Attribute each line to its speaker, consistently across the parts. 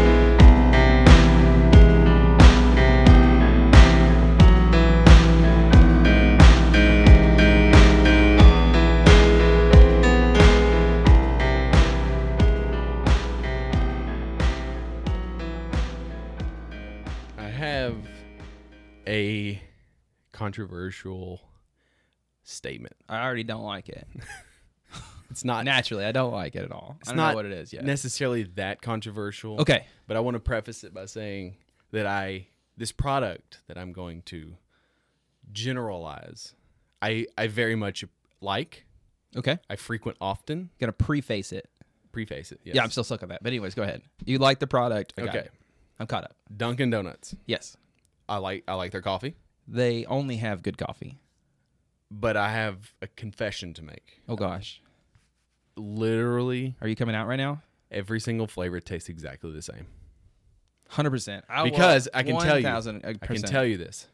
Speaker 1: I have a controversial statement.
Speaker 2: I already don't like it.
Speaker 1: It's not
Speaker 2: Naturally, I don't like it at all.
Speaker 1: It's
Speaker 2: I don't
Speaker 1: not
Speaker 2: know what it is yet.
Speaker 1: necessarily that controversial.
Speaker 2: okay.
Speaker 1: But I want to preface it by saying that I this product that I'm going to generalize, I I very much like.
Speaker 2: Okay.
Speaker 1: I frequent often.
Speaker 2: Gonna preface it.
Speaker 1: Preface it. Yes.
Speaker 2: Yeah, I'm still stuck on that. But anyways, go ahead. You like the product. I got
Speaker 1: Okay.
Speaker 2: it. I'm caught up.
Speaker 1: Dunkin' Donuts.
Speaker 2: Yes.
Speaker 1: I like I like their coffee,
Speaker 2: They only have good coffee.
Speaker 1: but I have a confession to make.
Speaker 2: Oh gosh.
Speaker 1: Literally
Speaker 2: Are you coming out right now?
Speaker 1: every single flavor tastes exactly the same.
Speaker 2: Hundred percent.
Speaker 1: because I can tell you, I
Speaker 2: I
Speaker 1: can tell you this.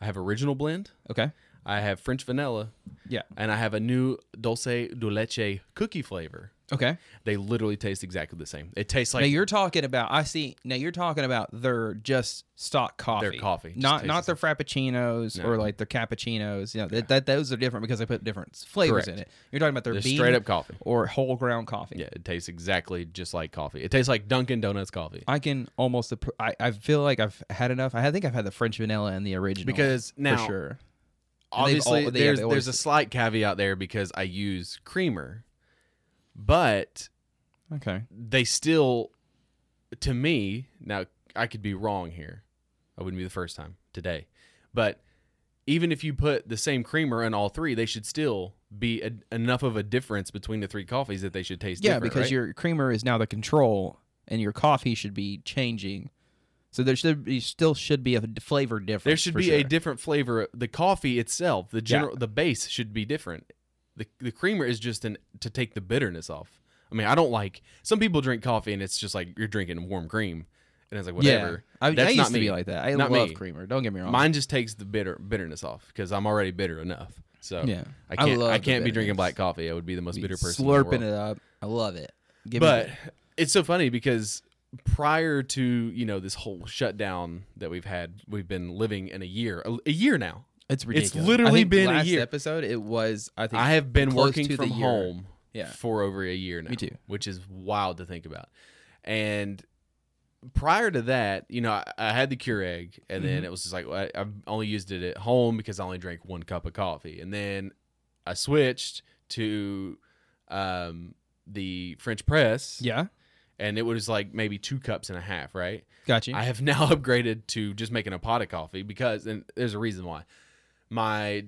Speaker 1: I have original blend.
Speaker 2: Okay.
Speaker 1: I have French vanilla,
Speaker 2: Yeah.
Speaker 1: and I have a new dulce de leche cookie flavor.
Speaker 2: Okay.
Speaker 1: They literally taste exactly the same. It tastes
Speaker 2: now
Speaker 1: like
Speaker 2: you're talking about. I see. Now you're talking about their just stock coffee.
Speaker 1: coffee. Just
Speaker 2: Not
Speaker 1: tastes
Speaker 2: not their frappuccinos or like their cappuccinos. You know that, that those are different because they put different flavors
Speaker 1: Correct.
Speaker 2: in it. You're talking about their
Speaker 1: Just
Speaker 2: bean
Speaker 1: straight up coffee.
Speaker 2: or whole ground coffee.
Speaker 1: Yeah, it tastes exactly just like coffee. It tastes like Dunkin' Donuts coffee.
Speaker 2: I can almost. appro- I, I feel like I've had enough. I think I've had the French vanilla and the original
Speaker 1: Because now,
Speaker 2: for sure. And they've
Speaker 1: Obviously,
Speaker 2: all- they- yeah,
Speaker 1: there's
Speaker 2: they always-
Speaker 1: there's a slight caveat there because I use creamer, but
Speaker 2: Okay,
Speaker 1: they still, to me, now I could be wrong here. I wouldn't be the first time today. But even if you put the same creamer in all three, they should still be a, enough of a difference between the three coffees that they should taste
Speaker 2: yeah,
Speaker 1: different,
Speaker 2: because
Speaker 1: right?
Speaker 2: your creamer is now the control, and your coffee should be changing. So there should be still should be a d- flavor difference.
Speaker 1: there should
Speaker 2: for
Speaker 1: be a
Speaker 2: sure.
Speaker 1: different flavor. The coffee itself, the general, the base should be different. The, the creamer is just an, to take the bitterness off. I mean, I don't like some people drink coffee and it's just like you're drinking warm cream, and it's like whatever.
Speaker 2: Yeah, I,
Speaker 1: That's
Speaker 2: I used
Speaker 1: not
Speaker 2: to
Speaker 1: me.
Speaker 2: be like that. I
Speaker 1: Not
Speaker 2: love
Speaker 1: me.
Speaker 2: creamer. Don't get me wrong.
Speaker 1: Mine just takes the bitter bitterness off because I'm already bitter enough. So
Speaker 2: Yeah.
Speaker 1: I
Speaker 2: I
Speaker 1: can't
Speaker 2: love
Speaker 1: I,
Speaker 2: the
Speaker 1: can't be drinking
Speaker 2: bitterness.
Speaker 1: black coffee. I would be the most
Speaker 2: Be
Speaker 1: bitter person.
Speaker 2: slurping
Speaker 1: in the
Speaker 2: it
Speaker 1: world.
Speaker 2: up. I love it. Give me
Speaker 1: But
Speaker 2: that.
Speaker 1: it's so funny because prior to you know this whole shutdown that we've had, we've been living in a year a, a year now.
Speaker 2: it's ridiculous. I
Speaker 1: literally
Speaker 2: think
Speaker 1: been a
Speaker 2: last
Speaker 1: year.
Speaker 2: Episode. It was. I think
Speaker 1: I have been
Speaker 2: close
Speaker 1: working
Speaker 2: to the
Speaker 1: from
Speaker 2: year.
Speaker 1: home
Speaker 2: Yeah.
Speaker 1: for over a year now.
Speaker 2: Me too.
Speaker 1: Which is wild to think about. And prior to that, you know, I, I had the Keurig, and
Speaker 2: Mm-hmm.
Speaker 1: then it was just like well, I, I only used it at home because I only drank one cup of coffee, and then I switched to um, the French press,
Speaker 2: Yeah.
Speaker 1: and it was like maybe two cups and a half, right?
Speaker 2: Got you.
Speaker 1: I have now upgraded to just making a pot of coffee because, and there's a reason why. My,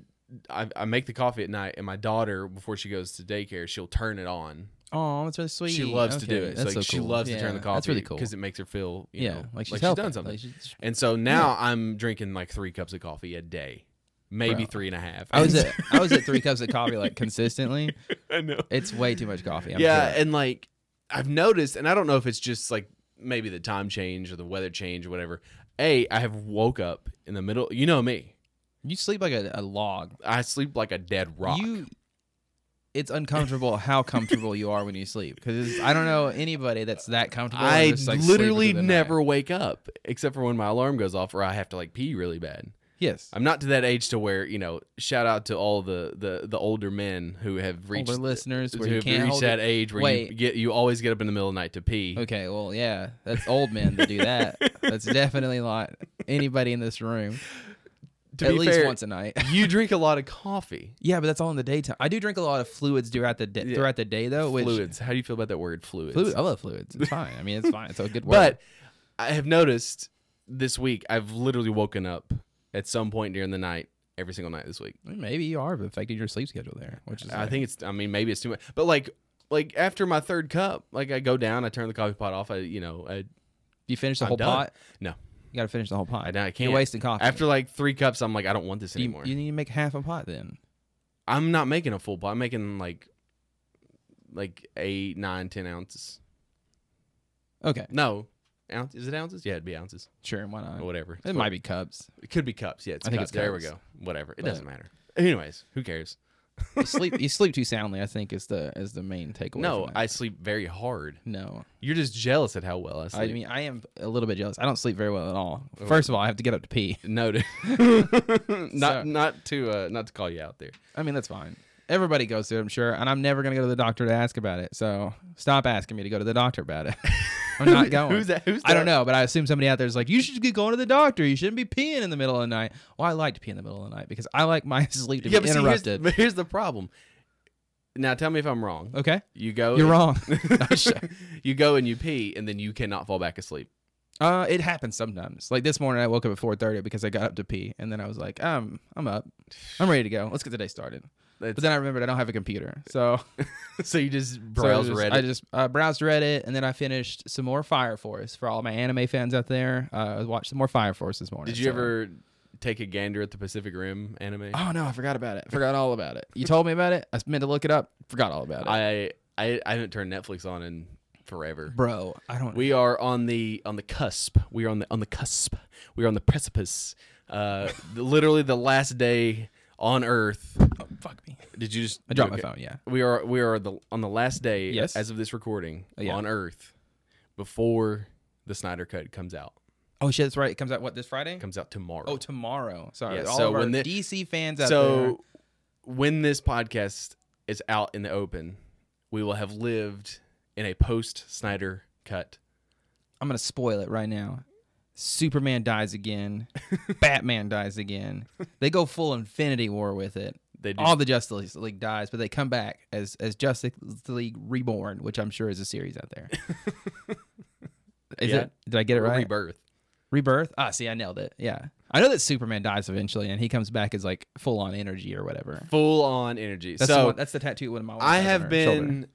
Speaker 1: I, I make the coffee at night, and my daughter, before she goes to daycare, she'll turn it on.
Speaker 2: oh, that's really sweet.
Speaker 1: She loves to do
Speaker 2: Okay,
Speaker 1: it. So
Speaker 2: That's so
Speaker 1: she
Speaker 2: cool.
Speaker 1: loves
Speaker 2: Yeah,
Speaker 1: to turn the coffee
Speaker 2: That's really cool.
Speaker 1: because it makes her feel, you
Speaker 2: yeah,
Speaker 1: know,
Speaker 2: like she's,
Speaker 1: done
Speaker 2: helping.
Speaker 1: something.
Speaker 2: Like she's-
Speaker 1: and so now I'm drinking like three cups of coffee a day, maybe
Speaker 2: Bro.
Speaker 1: three and a half.
Speaker 2: I was at I was at three cups of coffee like consistently.
Speaker 1: I know.
Speaker 2: It's way too much coffee. I'm
Speaker 1: yeah,
Speaker 2: sure.
Speaker 1: and like I've noticed, and I don't know if it's just like maybe the time change or the weather change or whatever. A, I have woke up in the middle. You know me.
Speaker 2: you sleep like a, a log.
Speaker 1: I sleep like a dead rock.
Speaker 2: You, it's uncomfortable how comfortable you are when you sleep because I don't know anybody that's that comfortable. and
Speaker 1: I
Speaker 2: just, like, sleeping
Speaker 1: literally
Speaker 2: through the night.
Speaker 1: never wake up except for when my alarm goes off or I have to like pee really bad.
Speaker 2: Yes,
Speaker 1: I'm not to that age to where, you know, shout out to all the the, the older men who have reached
Speaker 2: older listeners where
Speaker 1: who
Speaker 2: you
Speaker 1: have
Speaker 2: can't
Speaker 1: reached
Speaker 2: hold
Speaker 1: that
Speaker 2: it.
Speaker 1: age where you
Speaker 2: Wait.
Speaker 1: get you always get up in the middle of the night to pee.
Speaker 2: Okay, well, yeah, that's old men to do that. that's definitely not anybody in this room.
Speaker 1: To
Speaker 2: at
Speaker 1: be
Speaker 2: least
Speaker 1: fair,
Speaker 2: once a night.
Speaker 1: you drink a lot of coffee.
Speaker 2: yeah, but that's all in the daytime. I do drink a lot of fluids throughout the day.
Speaker 1: Yeah.
Speaker 2: Throughout the day, though, Oh, which
Speaker 1: fluids. How do you feel about that word fluids?
Speaker 2: Fluid. I love fluids. It's fine. I mean, it's fine. It's a good word.
Speaker 1: But I have noticed this week I've literally woken up at some point during the night every single night this week.
Speaker 2: Maybe you are affecting your sleep schedule there, which is
Speaker 1: I think it's I mean maybe it's too much. But like like after my third cup, like I go down, I turn the coffee pot off, I you know, I
Speaker 2: you finish the
Speaker 1: I'm
Speaker 2: whole
Speaker 1: done.
Speaker 2: pot.
Speaker 1: no.
Speaker 2: You got to finish the whole pot.
Speaker 1: I, I can't.
Speaker 2: You're wasting coffee.
Speaker 1: After like 3 cups I'm like I don't want this
Speaker 2: you,
Speaker 1: anymore.
Speaker 2: you need to make half a pot then.
Speaker 1: I'm not making a full bottle. I'm making like like eight, nine, ten ounces.
Speaker 2: Okay,
Speaker 1: No, ounce is it ounces? Yeah, it'd be ounces
Speaker 2: sure, why not?
Speaker 1: or whatever.
Speaker 2: It might be cups.
Speaker 1: It could be cups. Yeah, it's
Speaker 2: I think
Speaker 1: cups.
Speaker 2: it's
Speaker 1: There we
Speaker 2: cups.
Speaker 1: go. Whatever. It
Speaker 2: But-
Speaker 1: doesn't matter. Anyways, who cares?
Speaker 2: You sleep you sleep too soundly. I think is the is the main takeaway.
Speaker 1: No,
Speaker 2: from that.
Speaker 1: I sleep very hard.
Speaker 2: no.
Speaker 1: You're just jealous at how well I
Speaker 2: I
Speaker 1: sleep. Oh.
Speaker 2: mean, I am a little bit jealous. I don't sleep very well at all. First of all, I have to get up to pee.
Speaker 1: no, dude.
Speaker 2: So-
Speaker 1: not not to uh, not to call you out there.
Speaker 2: I mean, that's fine. Everybody goes through it, I'm sure, and I'm never gonna go to the doctor to ask about it. So stop asking me to go to the doctor about it. I'm not going.
Speaker 1: Who's that? Who's
Speaker 2: I don't
Speaker 1: that?
Speaker 2: know, but I assume somebody out there is like, you should get going to the doctor. You shouldn't be peeing in the middle of the night. Well, I like to pee in the middle of the night because I like my sleep to
Speaker 1: Yeah,
Speaker 2: be
Speaker 1: but see, here's,
Speaker 2: interrupted.
Speaker 1: but here's the problem. Now tell me if I'm wrong.
Speaker 2: okay,
Speaker 1: You go.
Speaker 2: you're wrong.
Speaker 1: you go and you pee, and then you cannot fall back asleep.
Speaker 2: uh, it happens sometimes. Like this morning, I woke up at 4:30 because I got up to pee, and then I was like, um, I'm up, I'm ready to go. Let's get the day started.
Speaker 1: That's-
Speaker 2: But then I remembered I don't have a computer, so
Speaker 1: so you just
Speaker 2: So I
Speaker 1: browse
Speaker 2: just-
Speaker 1: Reddit.
Speaker 2: I just uh, browsed Reddit, and then I finished some more Fire Force for all my anime fans out there. Uh, I watched some more Fire Force this morning.
Speaker 1: Did you
Speaker 2: so-
Speaker 1: ever take a gander at the Pacific Rim anime?
Speaker 2: Oh no, I forgot about it. Forgot all about it. You told me about it. I meant to look it up. Forgot all about it.
Speaker 1: I I I haven't turned Netflix on in forever.
Speaker 2: Bro, I don't.
Speaker 1: We are on the on the cusp. We are on the on the cusp. We are on the precipice. Uh, the- literally the last day on Earth.
Speaker 2: oh, fuck me.
Speaker 1: Did you just?
Speaker 2: I dropped
Speaker 1: okay.
Speaker 2: my phone. Yeah.
Speaker 1: We are we are the on the last day
Speaker 2: Yes.
Speaker 1: as of this recording
Speaker 2: Yeah.
Speaker 1: on Earth before the Snyder Cut comes out.
Speaker 2: Oh shit, that's right. It comes out what this Friday?
Speaker 1: Comes out tomorrow.
Speaker 2: oh, tomorrow. Sorry.
Speaker 1: Yeah,
Speaker 2: all
Speaker 1: so
Speaker 2: of our
Speaker 1: when the-
Speaker 2: DC fans out
Speaker 1: so
Speaker 2: there.
Speaker 1: when this podcast is out in the open, we will have lived in a post Snyder cut.
Speaker 2: I'm gonna spoil it right now. Superman dies again. Batman dies again. They go full Infinity War with it.
Speaker 1: They do
Speaker 2: all the Justice League dies, but they come back as as Justice League Reborn, which I'm sure is a series out there. is
Speaker 1: Yeah.
Speaker 2: it? Did I get it right?
Speaker 1: rebirth.
Speaker 2: Rebirth. Ah, see, I nailed it. Yeah, I know that Superman dies eventually, and he comes back as like full on energy or whatever.
Speaker 1: Full on energy.
Speaker 2: That's the
Speaker 1: so
Speaker 2: one, that's the tattoo. One of my wife
Speaker 1: I
Speaker 2: has on
Speaker 1: have
Speaker 2: her
Speaker 1: been
Speaker 2: shoulder.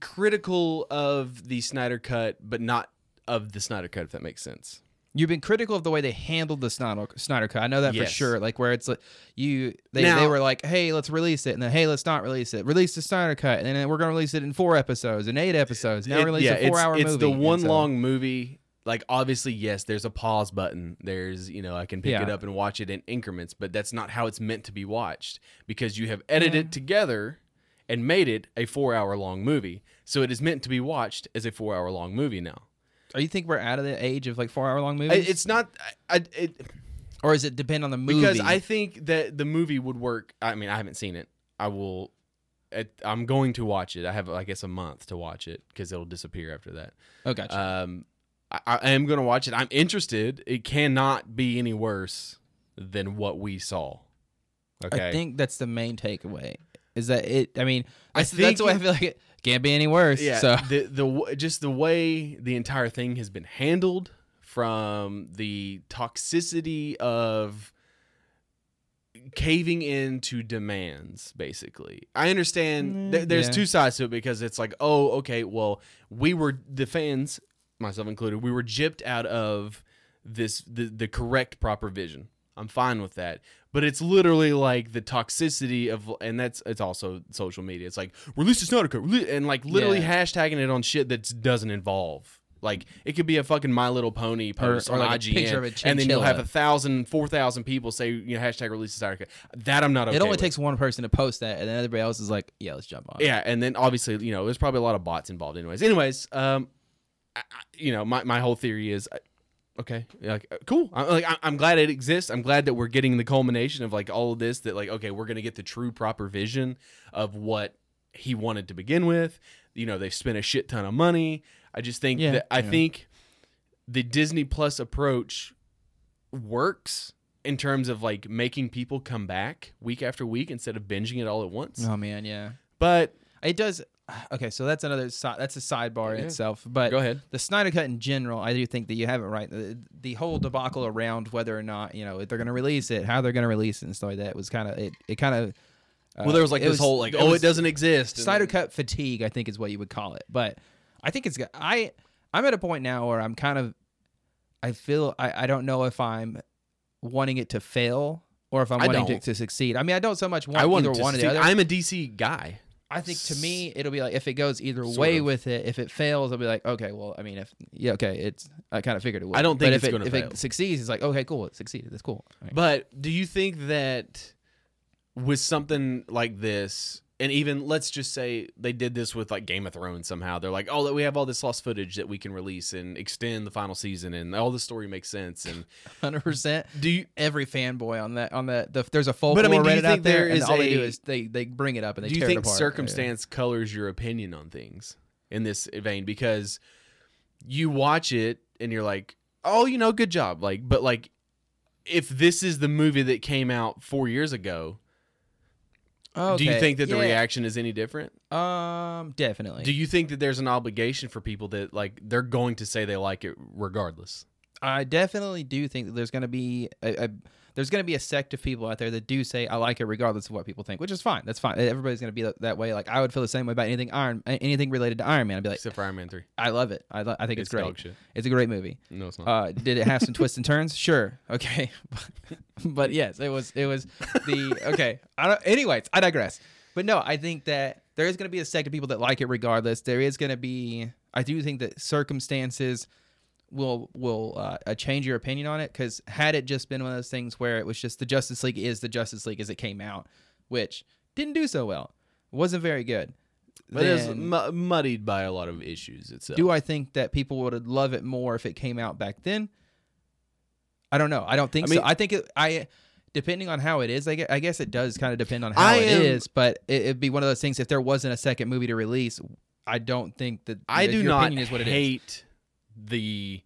Speaker 1: critical of the Snyder cut, but not of the Snyder cut, if that makes sense.
Speaker 2: You've been critical of the way they handled the Snyder, Snyder cut. I know that
Speaker 1: Yes.
Speaker 2: for sure. Like where it's like you, they, they
Speaker 1: Now-
Speaker 2: were like, "Hey, let's release it," and then, "Hey, let's not release it." Release the Snyder cut, and then we're gonna release it in four episodes, in eight episodes. Now
Speaker 1: It-
Speaker 2: release
Speaker 1: yeah,
Speaker 2: a four-hour
Speaker 1: it's,
Speaker 2: movie.
Speaker 1: It's the
Speaker 2: And
Speaker 1: one
Speaker 2: so-
Speaker 1: long movie. Like obviously, yes, there's a pause button. There's you know I can pick
Speaker 2: Yeah.
Speaker 1: it up and watch it in increments, but that's not how it's meant to be watched because you have edited it together and made it a four hour long movie. So it is meant to be watched as a four hour long movie now.
Speaker 2: Are you think we're out of the age of like four hour long
Speaker 1: I,
Speaker 2: movies?
Speaker 1: it's not. I, I it,
Speaker 2: or is it depend on the movie?
Speaker 1: because I think that the movie would work. I mean, I haven't seen it. I will. It, I'm going to watch it. I have, I guess, a month to watch it because it'll disappear after that.
Speaker 2: oh gotcha.
Speaker 1: Um, I, I am going to watch it. I'm interested. It cannot be any worse than what we saw. Okay.
Speaker 2: I think that's the main takeaway. Is that it? I mean,
Speaker 1: I
Speaker 2: that's, that's
Speaker 1: think-
Speaker 2: why I feel like it can't be any worse.
Speaker 1: yeah.
Speaker 2: So
Speaker 1: The the w- just the way the entire thing has been handled from the toxicity of caving in to demands basically i understand
Speaker 2: Mm,
Speaker 1: th- there's
Speaker 2: yeah.
Speaker 1: two sides to it because it's like oh okay well we were the fans myself included we were gypped out of this the, the correct proper vision i'm fine with that but it's literally like the toxicity of and that's it's also social media it's like release this not and like literally
Speaker 2: Yeah.
Speaker 1: hashtagging it on shit that doesn't involve like it could be a fucking My Little Pony post
Speaker 2: or
Speaker 1: on
Speaker 2: like a
Speaker 1: IGN,
Speaker 2: picture of a
Speaker 1: and then you'll have
Speaker 2: chinchilla.
Speaker 1: a thousand, four thousand people say you know hashtag release this Snyder Cut. That I'm not okay.
Speaker 2: it only
Speaker 1: with.
Speaker 2: takes one person to post that, and then everybody else is like, "Yeah, let's jump on." it."
Speaker 1: Yeah, and then obviously, you know, there's probably a lot of bots involved, anyways. Anyways, um, I, I- you know, my, my whole theory is, I- okay, like uh, cool. I'm like I- I'm glad it exists. I'm glad that we're getting the culmination of like all of this. That like okay, we're gonna get the true proper vision of what he wanted to begin with. You know, they've spent a shit ton of money. I just think
Speaker 2: Yeah,
Speaker 1: that I
Speaker 2: yeah.
Speaker 1: think the Disney Plus approach works in terms of like making people come back week after week instead of binging it all at once.
Speaker 2: Oh man, yeah.
Speaker 1: But
Speaker 2: It does. Okay, so that's another side. That's a sidebar in
Speaker 1: Yeah.
Speaker 2: itself. But
Speaker 1: go ahead.
Speaker 2: the Snyder Cut in general, I do think that you have it right. The, the whole debacle around whether or not you know if they're going to release it, how they're going to release it, and stuff like that was kind of it. It kind of uh,
Speaker 1: Well, there was like
Speaker 2: it
Speaker 1: this whole like,
Speaker 2: there
Speaker 1: oh,
Speaker 2: was-
Speaker 1: it doesn't exist. and
Speaker 2: Snyder
Speaker 1: then-
Speaker 2: Cut fatigue, I think is what you would call it. But I think it's got- I I'm at a point now where I'm kind of I feel I, I don't know if I'm wanting it to fail or if I'm
Speaker 1: I
Speaker 2: wanting to,
Speaker 1: don't.
Speaker 2: to succeed. I mean, I don't so much want
Speaker 1: I want
Speaker 2: either
Speaker 1: it to
Speaker 2: one or
Speaker 1: succeed.
Speaker 2: the other.
Speaker 1: I'm a DC guy.
Speaker 2: I think to me, it'll be like if it goes either
Speaker 1: Sort
Speaker 2: way
Speaker 1: of.
Speaker 2: with it. If it fails, I'll be like, okay, well, I mean, if yeah, okay, it's I kind of figured it would.
Speaker 1: I don't think
Speaker 2: but
Speaker 1: it's
Speaker 2: if it,
Speaker 1: gonna
Speaker 2: if
Speaker 1: fail.
Speaker 2: it succeeds, it's like okay, cool, it succeeded. That's cool. All right.
Speaker 1: But do you think that with something like this, and even let's just say they did this with like Game of Thrones somehow, they're like, oh, that we have all this lost footage that we can release and extend the final season, and all the story makes sense. And
Speaker 2: hundred percent.
Speaker 1: do you
Speaker 2: Every fanboy on that on that the, there's a folklore
Speaker 1: But I mean, do you
Speaker 2: Reddit out
Speaker 1: think
Speaker 2: there,
Speaker 1: there
Speaker 2: and
Speaker 1: is
Speaker 2: all they do
Speaker 1: a-
Speaker 2: is they they bring it up and they
Speaker 1: do you
Speaker 2: tear
Speaker 1: think
Speaker 2: it apart.
Speaker 1: circumstance colors your opinion on things in this vein? Because you watch it and you're like, oh, you know, good job. Like, but like, if this is the movie that came out four years ago,
Speaker 2: Yeah.
Speaker 1: do you
Speaker 2: Okay,
Speaker 1: think that the
Speaker 2: yeah.
Speaker 1: reaction is any different?
Speaker 2: Um, definitely.
Speaker 1: Do you think that there's an obligation for people that like they're going to say they like it regardless?
Speaker 2: I definitely do think that there's going to be a, a there's going to be a sect of people out there that do say I like it regardless of what people think, which is fine. That's fine. Everybody's going to be that, that way. Like I would feel the same way about anything Iron anything related to Iron Man. I'd be like,
Speaker 1: Except for Iron Man three,
Speaker 2: I love it. I, lo- I think it's,
Speaker 1: it's
Speaker 2: great.
Speaker 1: dog shit.
Speaker 2: It's a great movie.
Speaker 1: No, it's not.
Speaker 2: Uh, did it have some twists and turns? Sure. Okay. but yes, it was it was the okay. I don't anyways, I digress. But no, I think that there is gonna be a sect of people that like it regardless. There is gonna be I do think that circumstances will will uh, uh, change your opinion on it because had it just been one of those things where it was just the Justice League is the Justice League as it came out, which didn't do so well, wasn't very good.
Speaker 1: but it's
Speaker 2: then-
Speaker 1: mu- muddied by a lot of issues itself.
Speaker 2: do I think that people would love it more if it came out back then? I don't know. I don't
Speaker 1: I
Speaker 2: think
Speaker 1: mean-
Speaker 2: so. I think it, I, depending on how it is, I guess, I guess it does kind of depend on how
Speaker 1: I
Speaker 2: it is.
Speaker 1: am-
Speaker 2: But it, it'd be one of those things. If there wasn't a second movie to release, I don't think that
Speaker 1: I
Speaker 2: that
Speaker 1: do
Speaker 2: your
Speaker 1: not
Speaker 2: opinion is what it is.
Speaker 1: hate the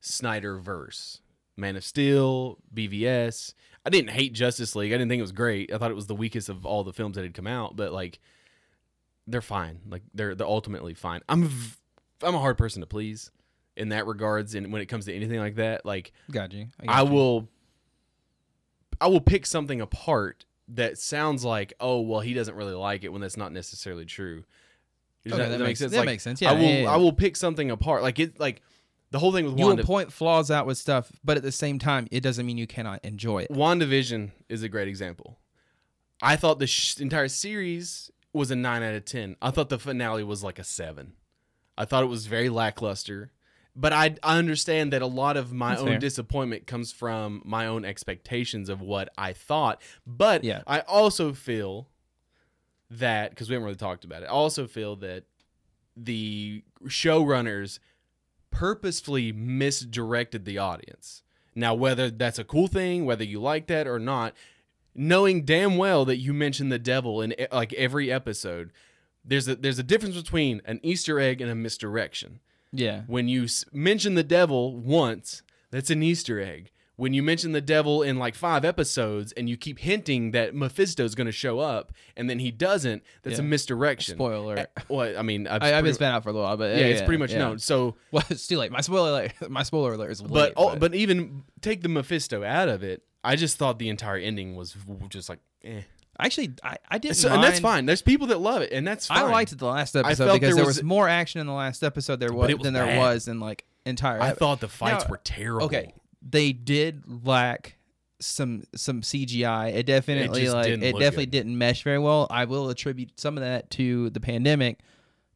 Speaker 1: Snyder verse. Man of Steel, BVS. I didn't hate Justice League. I didn't think it was great. I thought it was the weakest of all the films that had come out, but like they're fine. Like they're they're ultimately fine. I'm v- I'm a hard person to please in that regards and when it comes to anything like that, like
Speaker 2: Got you. got
Speaker 1: I
Speaker 2: you.
Speaker 1: will I will pick something apart that sounds like, oh well, he doesn't really like it when that's not necessarily true. Does
Speaker 2: Okay,
Speaker 1: that, that makes sense.
Speaker 2: That
Speaker 1: Like,
Speaker 2: makes sense. Yeah,
Speaker 1: I will
Speaker 2: yeah, yeah.
Speaker 1: I will pick something apart. Like it like the whole thing with
Speaker 2: You will
Speaker 1: Wanda
Speaker 2: point flaws out with stuff, but at the same time, it doesn't mean you cannot enjoy it.
Speaker 1: WandaVision is a great example. I thought the sh- entire series was a 9 out of 10. I thought the finale was like a 7. I thought it was very lackluster. But I, I understand that a lot of my
Speaker 2: That's
Speaker 1: own
Speaker 2: fair.
Speaker 1: disappointment comes from my own expectations of what I thought. But
Speaker 2: Yeah.
Speaker 1: I also feel that, because we haven't really talked about it, I also feel that the showrunners purposefully misdirected the audience. Now, whether that's a cool thing, whether you like that or not, knowing damn well that you mention the devil in eh, like every episode, there's a there's a difference between an Easter egg and a misdirection.
Speaker 2: Yeah.
Speaker 1: When you s- mention the devil once, that's an Easter egg. When you mention the devil in like five episodes and you keep hinting that Mephisto's going to show up and then he doesn't, that's a
Speaker 2: Yeah.
Speaker 1: misdirection.
Speaker 2: Spoiler. alert.
Speaker 1: Eh, Well, I mean, I've
Speaker 2: I, I've
Speaker 1: pretty-
Speaker 2: been spent out for a little while, but
Speaker 1: yeah, it's pretty much
Speaker 2: yeah.
Speaker 1: known. So,
Speaker 2: Well, it's too late. My spoiler alert. My spoiler alert is late.
Speaker 1: but oh, but even take the Mephisto out of it, I just thought the entire ending was w- just like, eh.
Speaker 2: Actually, I, I didn't.
Speaker 1: So, and that's
Speaker 2: mind-
Speaker 1: fine. There's people that love it, and that's fine.
Speaker 2: I liked the last episode
Speaker 1: felt
Speaker 2: because
Speaker 1: there
Speaker 2: there was,
Speaker 1: was-
Speaker 2: more action in the last episode there was,
Speaker 1: it was
Speaker 2: than there
Speaker 1: bad.
Speaker 2: was in like entire.
Speaker 1: I
Speaker 2: epi-
Speaker 1: thought the fights
Speaker 2: Now-
Speaker 1: were terrible.
Speaker 2: okay, they did lack some some CGI. It definitely
Speaker 1: just
Speaker 2: like
Speaker 1: didn't
Speaker 2: it
Speaker 1: look
Speaker 2: definitely
Speaker 1: good.
Speaker 2: didn't mesh very well. I will attribute some of that to the pandemic,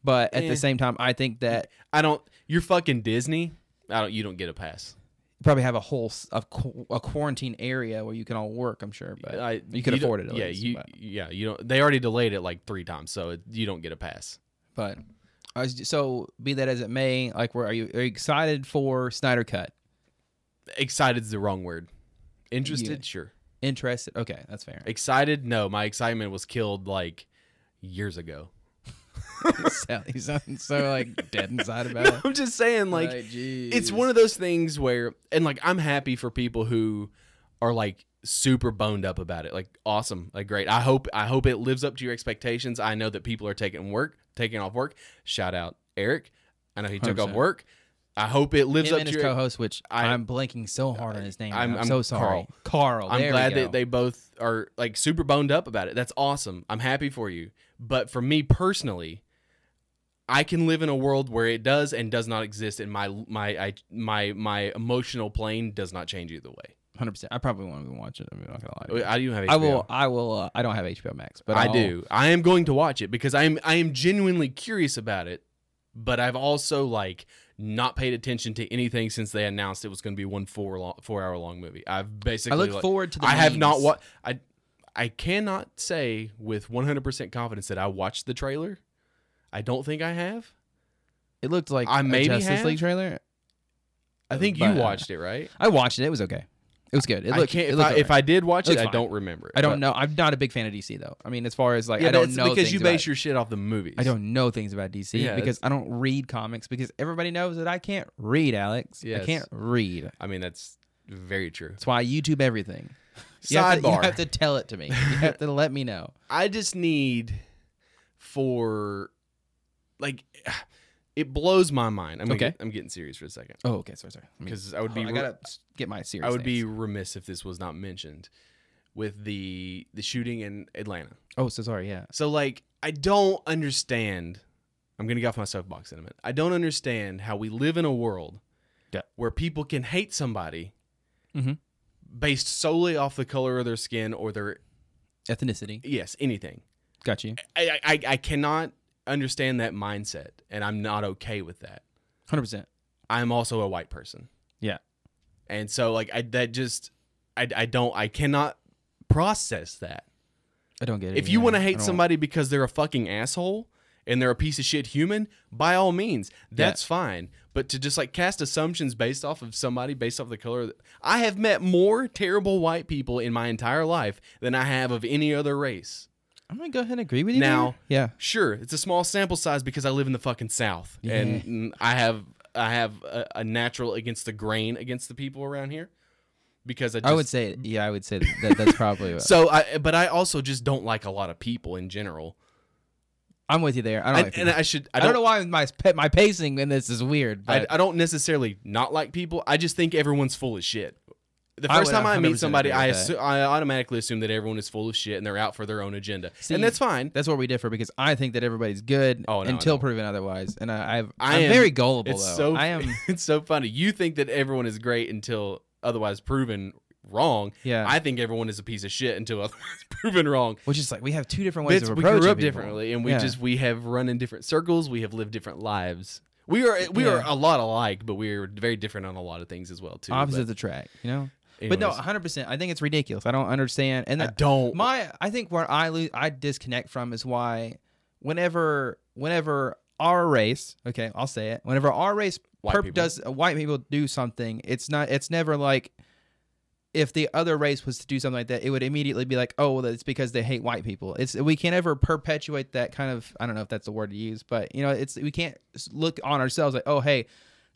Speaker 2: but at
Speaker 1: Eh.
Speaker 2: the same time, I think that
Speaker 1: I don't. You're fucking Disney. I don't. You don't get a pass.
Speaker 2: you probably have a whole s- a, qu- a quarantine area where you can all work. I'm sure, but
Speaker 1: I,
Speaker 2: you can afford it.
Speaker 1: don't-
Speaker 2: At
Speaker 1: yeah,
Speaker 2: least,
Speaker 1: you.
Speaker 2: but-
Speaker 1: Yeah, you don't. They already delayed it like three times, so it, you don't get a pass.
Speaker 2: But I was, so be that as it may, like, where are you? Are you excited for Snyder Cut?
Speaker 1: Excited's the wrong word. Interested, sure.
Speaker 2: Interested? Okay, that's fair.
Speaker 1: Excited, no. My excitement was killed like years ago.
Speaker 2: you sound so like dead inside about it.
Speaker 1: I'm just saying, like, it's one of those things where, and like, I'm happy for people who are like super boned up about it. Like, awesome, like, great. I hope, I hope it lives up to your expectations. I know that people are taking work, taking off work. Shout out Eric. I know he took off
Speaker 2: 100%.
Speaker 1: work. I hope it lives
Speaker 2: him
Speaker 1: up
Speaker 2: and
Speaker 1: to
Speaker 2: his
Speaker 1: your.
Speaker 2: co-host, which I,
Speaker 1: I-
Speaker 2: am blanking so hard on his name.
Speaker 1: I'm-
Speaker 2: I'm,
Speaker 1: I'm
Speaker 2: so sorry, Carl.
Speaker 1: I'm
Speaker 2: Oh, there we
Speaker 1: glad
Speaker 2: go.
Speaker 1: that they both are like super boned up about it. That's awesome. I'm happy for you. But for me personally, I can live in a world where it does and does not exist, and my my I, my my emotional plane does not change either way.
Speaker 2: hundred percent. I probably won't even watch it. I'm not gonna lie. To you.
Speaker 1: I do have. HBO.
Speaker 2: I will. I will. Uh, I don't have HBO Max, but
Speaker 1: I
Speaker 2: I'll-
Speaker 1: do. I am going to watch it because I am. I am genuinely curious about it, but I've also like not paid attention to anything since they announced it was going to be one four long, four hour long movie. I've
Speaker 2: I
Speaker 1: basically
Speaker 2: look
Speaker 1: like-
Speaker 2: forward to. the
Speaker 1: I have not
Speaker 2: memes.
Speaker 1: watched. I I cannot say with one hundred percent confidence that I watched the trailer. I don't think I have.
Speaker 2: It looked like
Speaker 1: I
Speaker 2: a
Speaker 1: maybe
Speaker 2: Justice
Speaker 1: have.
Speaker 2: League trailer.
Speaker 1: I think you
Speaker 2: But-
Speaker 1: watched it, right?
Speaker 2: I watched it. It was okay. It was good. It
Speaker 1: I
Speaker 2: looked.
Speaker 1: can't.
Speaker 2: it
Speaker 1: If
Speaker 2: looked
Speaker 1: I, if
Speaker 2: alright.
Speaker 1: I did watch
Speaker 2: It
Speaker 1: it,
Speaker 2: looks
Speaker 1: I
Speaker 2: fine.
Speaker 1: don't remember. it,
Speaker 2: I
Speaker 1: but-
Speaker 2: don't know. I'm not a big fan of DC though. I mean, as far as like,
Speaker 1: yeah,
Speaker 2: I don't
Speaker 1: that's
Speaker 2: know
Speaker 1: because you
Speaker 2: things about
Speaker 1: base
Speaker 2: it.
Speaker 1: your shit off the movies.
Speaker 2: I don't know things about DC
Speaker 1: Yeah,
Speaker 2: because I don't read comics because everybody knows that I can't read, Alex. I
Speaker 1: Yes.
Speaker 2: can't read.
Speaker 1: I mean, that's very true.
Speaker 2: That's why I YouTube everything. You have, to, you
Speaker 1: Sidebar.
Speaker 2: have to tell it to me. You have to let me know.
Speaker 1: I just need for like it blows my mind. I'm
Speaker 2: Okay.
Speaker 1: okay. I'm getting serious for a second
Speaker 2: Oh, okay. Sorry, sorry. Let me-
Speaker 1: because I would
Speaker 2: oh,
Speaker 1: be
Speaker 2: I
Speaker 1: re-
Speaker 2: gotta get my serious.
Speaker 1: I would be
Speaker 2: names.
Speaker 1: remiss if this was not mentioned with the the shooting in Atlanta.
Speaker 2: Oh, so sorry. Yeah.
Speaker 1: So like I don't understand. I'm gonna get off my soapbox in a minute. I don't understand how we live in a world
Speaker 2: Yeah.
Speaker 1: where people can hate somebody
Speaker 2: Mhm.
Speaker 1: based solely off the color of their skin or their
Speaker 2: Ethnicity.
Speaker 1: yes anything.
Speaker 2: Got you.
Speaker 1: I, I- I, I cannot understand that mindset, and I'm not okay with that.
Speaker 2: Hundred percent.
Speaker 1: I'm also a white person.
Speaker 2: Yeah.
Speaker 1: And so, like, I that just, I, I don't, I cannot process that.
Speaker 2: I don't get it.
Speaker 1: If you
Speaker 2: yeah.
Speaker 1: want to
Speaker 2: I
Speaker 1: hate
Speaker 2: don't-
Speaker 1: somebody because they're a fucking asshole and they're a piece of shit human, by all means, that's fine. But to just like cast assumptions based off of somebody based off the color, of the- I have met more terrible white people in my entire life than I have of any other race.
Speaker 2: I'm gonna go ahead and agree with you
Speaker 1: Now-
Speaker 2: there. Yeah.
Speaker 1: Sure, it's a small sample size because I live in the fucking South,
Speaker 2: Yeah.
Speaker 1: and mm, I have I have a, a natural against the grain against the people around here, because I, just,
Speaker 2: I would say. Yeah, I would say that that's probably.
Speaker 1: so. I but I also just don't like a lot of people in general,
Speaker 2: I'm with you there. I don't.
Speaker 1: and,
Speaker 2: like
Speaker 1: and
Speaker 2: people.
Speaker 1: I should
Speaker 2: I,
Speaker 1: I
Speaker 2: don't,
Speaker 1: don't,
Speaker 2: know why my sp- my pacing in this is weird. But
Speaker 1: I, I don't necessarily not like people. I just think everyone's full of shit. The
Speaker 2: I
Speaker 1: first
Speaker 2: would
Speaker 1: time I
Speaker 2: 100%
Speaker 1: meet somebody,
Speaker 2: agree
Speaker 1: I
Speaker 2: with that.
Speaker 1: assu- I automatically assume that everyone is full of shit and they're out for their own agenda,
Speaker 2: See,
Speaker 1: and that's fine.
Speaker 2: that's where we differ because I think that everybody's good
Speaker 1: Oh, no, I
Speaker 2: until
Speaker 1: don't.
Speaker 2: proven otherwise, and I, I've,
Speaker 1: I
Speaker 2: I'm
Speaker 1: am-
Speaker 2: very gullible.
Speaker 1: It's
Speaker 2: though.
Speaker 1: so
Speaker 2: I am.
Speaker 1: it's so funny. You think that everyone is great until otherwise proven wrong.
Speaker 2: Yeah.
Speaker 1: I think everyone is a piece of shit until otherwise proven wrong.
Speaker 2: which is like we have two different ways
Speaker 1: It's,
Speaker 2: of
Speaker 1: we
Speaker 2: approaching
Speaker 1: grew up
Speaker 2: people.
Speaker 1: differently, and we
Speaker 2: Yeah.
Speaker 1: just we have run in different circles. We have lived different lives. We are we are
Speaker 2: Yeah.
Speaker 1: a lot alike, but we are very different on a lot of things as well too.
Speaker 2: opposite of
Speaker 1: But
Speaker 2: the track, you know.
Speaker 1: anyways,
Speaker 2: But no, 100. percent I think it's ridiculous. I don't understand. And
Speaker 1: I
Speaker 2: that-
Speaker 1: don't.
Speaker 2: my, I think where I lose, I disconnect from is why, whenever, whenever our race, okay, I'll say it, whenever our race
Speaker 1: White
Speaker 2: perp
Speaker 1: people.
Speaker 2: does uh, white people do something, it's not, it's never like. If the other race was to do something like that, it would immediately be like, "Oh, well, it's because they hate white people." It's we can't ever perpetuate that kind of. I don't know if that's the word to use, but you know, it's we can't s- look on ourselves like, "Oh, hey,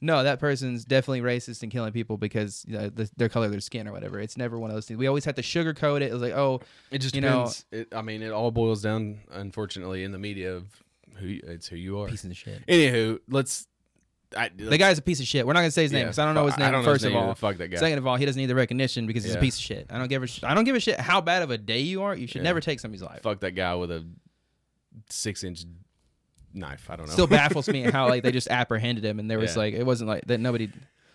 Speaker 2: no, that person's definitely racist and killing people because you know, the, their color of their skin or whatever. It's never one of those things. We always have to sugarcoat it. It's like, oh,
Speaker 1: it just
Speaker 2: you know-
Speaker 1: depends. it, I mean, it all boils down, unfortunately, in the media of who you- it's who you are.
Speaker 2: of shit.
Speaker 1: Anywho, let's. I,
Speaker 2: The guy's a piece of shit. We're not gonna say his name
Speaker 1: Yeah,
Speaker 2: because I don't know his
Speaker 1: fuck-
Speaker 2: name.
Speaker 1: I don't know
Speaker 2: first
Speaker 1: his name
Speaker 2: of
Speaker 1: either.
Speaker 2: all,
Speaker 1: fuck that guy.
Speaker 2: second of all, he doesn't need the recognition because he's a
Speaker 1: Yeah.
Speaker 2: piece of shit. I don't give a sh- I don't give a shit how bad of a day you are. You should
Speaker 1: Yeah.
Speaker 2: never take somebody's life.
Speaker 1: fuck that guy with a six inch knife. I don't know.
Speaker 2: Still baffles me how like they just apprehended him and there was
Speaker 1: Yeah.
Speaker 2: like it wasn't like that nobody.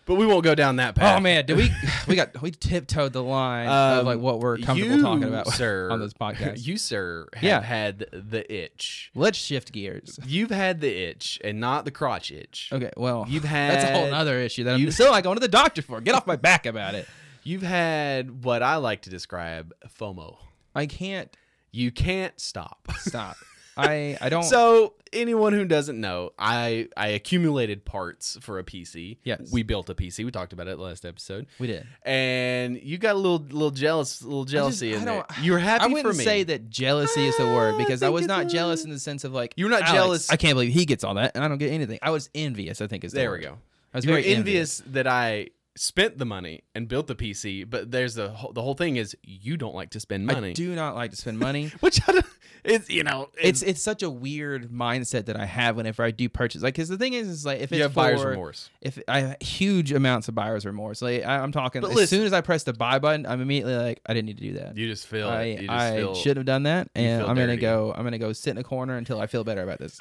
Speaker 1: but we won't go down that path.
Speaker 2: Oh man, did we we got we tiptoed the line of
Speaker 1: Um,
Speaker 2: like what we're comfortable
Speaker 1: you,
Speaker 2: talking about
Speaker 1: sir,
Speaker 2: on this podcast.
Speaker 1: You, sir, have
Speaker 2: Yeah.
Speaker 1: had the itch.
Speaker 2: Let's shift gears.
Speaker 1: You've had the itch and not the crotch itch.
Speaker 2: Okay, well,
Speaker 1: You've
Speaker 2: That's a whole
Speaker 1: had-
Speaker 2: other issue that I'm
Speaker 1: you-
Speaker 2: still not going to the doctor for. Get off my back about it.
Speaker 1: You've had what I like to describe FOMO.
Speaker 2: I can't
Speaker 1: You can't stop.
Speaker 2: stop. I I don't.
Speaker 1: So anyone who doesn't know, I I accumulated parts for a PC.
Speaker 2: Yes.
Speaker 1: we built a PC. We talked about it last episode.
Speaker 2: we did.
Speaker 1: and you got a little little jealous, little jealousy
Speaker 2: I
Speaker 1: in
Speaker 2: don't-
Speaker 1: there. You were happy
Speaker 2: I wouldn't
Speaker 1: for me.
Speaker 2: say that jealousy is the word
Speaker 1: I
Speaker 2: because I,
Speaker 1: think
Speaker 2: was
Speaker 1: it's
Speaker 2: not
Speaker 1: a-
Speaker 2: jealous in the sense of like
Speaker 1: You were not
Speaker 2: "Alex,
Speaker 1: jealous."
Speaker 2: I can't believe he gets all that, and I don't get anything. I was envious. I think is the
Speaker 1: there we
Speaker 2: word.
Speaker 1: go.
Speaker 2: I was
Speaker 1: You were
Speaker 2: very
Speaker 1: envious that I spent the money and built the PC, but there's the whole, the whole thing is you don't like to spend money,
Speaker 2: I do not like to spend money.
Speaker 1: which I don't, it's you know
Speaker 2: It's it's such a weird mindset that I have whenever I do purchase. Like, because the thing is, is like if it's
Speaker 1: you have
Speaker 2: for,
Speaker 1: buyer's remorse.
Speaker 2: if I have huge amounts of buyer's remorse, like I, I'm talking.
Speaker 1: But
Speaker 2: as
Speaker 1: listen-
Speaker 2: soon as I press the buy button, I'm immediately like, I didn't need to do that.
Speaker 1: You just feel
Speaker 2: I,
Speaker 1: it. You just
Speaker 2: I
Speaker 1: feel
Speaker 2: should have done that, and
Speaker 1: feel
Speaker 2: I'm gonna
Speaker 1: dirty.
Speaker 2: go. I'm gonna go sit in a corner until I feel better about this.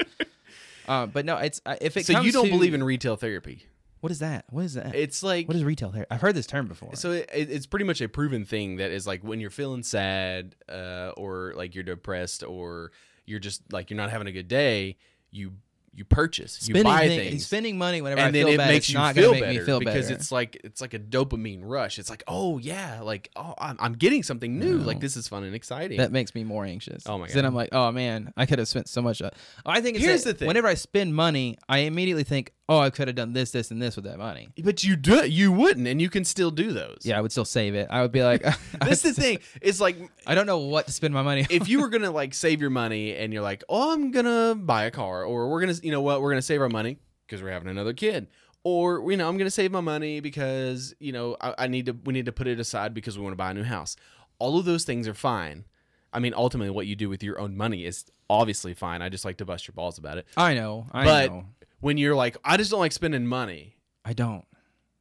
Speaker 2: um, but no, it's uh, if it
Speaker 1: so
Speaker 2: comes
Speaker 1: you don't
Speaker 2: to-
Speaker 1: believe in retail therapy.
Speaker 2: What is that? What is that?
Speaker 1: It's like
Speaker 2: what is retail therapy? I've heard this term before.
Speaker 1: so it, it- it's pretty much a proven thing that is like when you're feeling sad uh, or like you're depressed or you're just like you're not having a good day you you purchase you buy
Speaker 2: thing-
Speaker 1: things
Speaker 2: spending money whenever
Speaker 1: and
Speaker 2: I
Speaker 1: then
Speaker 2: feel
Speaker 1: it
Speaker 2: bad,
Speaker 1: makes
Speaker 2: it's
Speaker 1: you
Speaker 2: not
Speaker 1: feel
Speaker 2: gonna make
Speaker 1: better
Speaker 2: me feel
Speaker 1: because
Speaker 2: better.
Speaker 1: it's like it's like a dopamine rush it's like oh yeah like oh i'm, I'm getting something new
Speaker 2: No.
Speaker 1: like this is fun and exciting
Speaker 2: that makes me more anxious.
Speaker 1: Oh my
Speaker 2: 'Cause Then
Speaker 1: God.
Speaker 2: I'm like, oh man, I could have spent so much. uh, I think it's
Speaker 1: Here's
Speaker 2: that
Speaker 1: the thing.
Speaker 2: Whenever I spend money, I immediately think, oh, I could have done this, this, and this with that money.
Speaker 1: but you do you wouldn't and you can still do those
Speaker 2: Yeah, I would still save it. I would be like,
Speaker 1: that's the thing it's like
Speaker 2: I don't know what to spend my money. on.
Speaker 1: if you were gonna like save your money and you're like, oh, I'm gonna buy a car, or we're gonna, you know what, we're gonna save our money because we're having another kid, or you know, I'm gonna save my money because you know I, I need to, we need to put it aside because we want to buy a new house. All of those things are fine. I mean, ultimately, what you do with your own money is obviously fine. I just like to bust your balls about it.
Speaker 2: I know, I
Speaker 1: but
Speaker 2: know,
Speaker 1: when you're like, I just don't like spending money.
Speaker 2: I don't.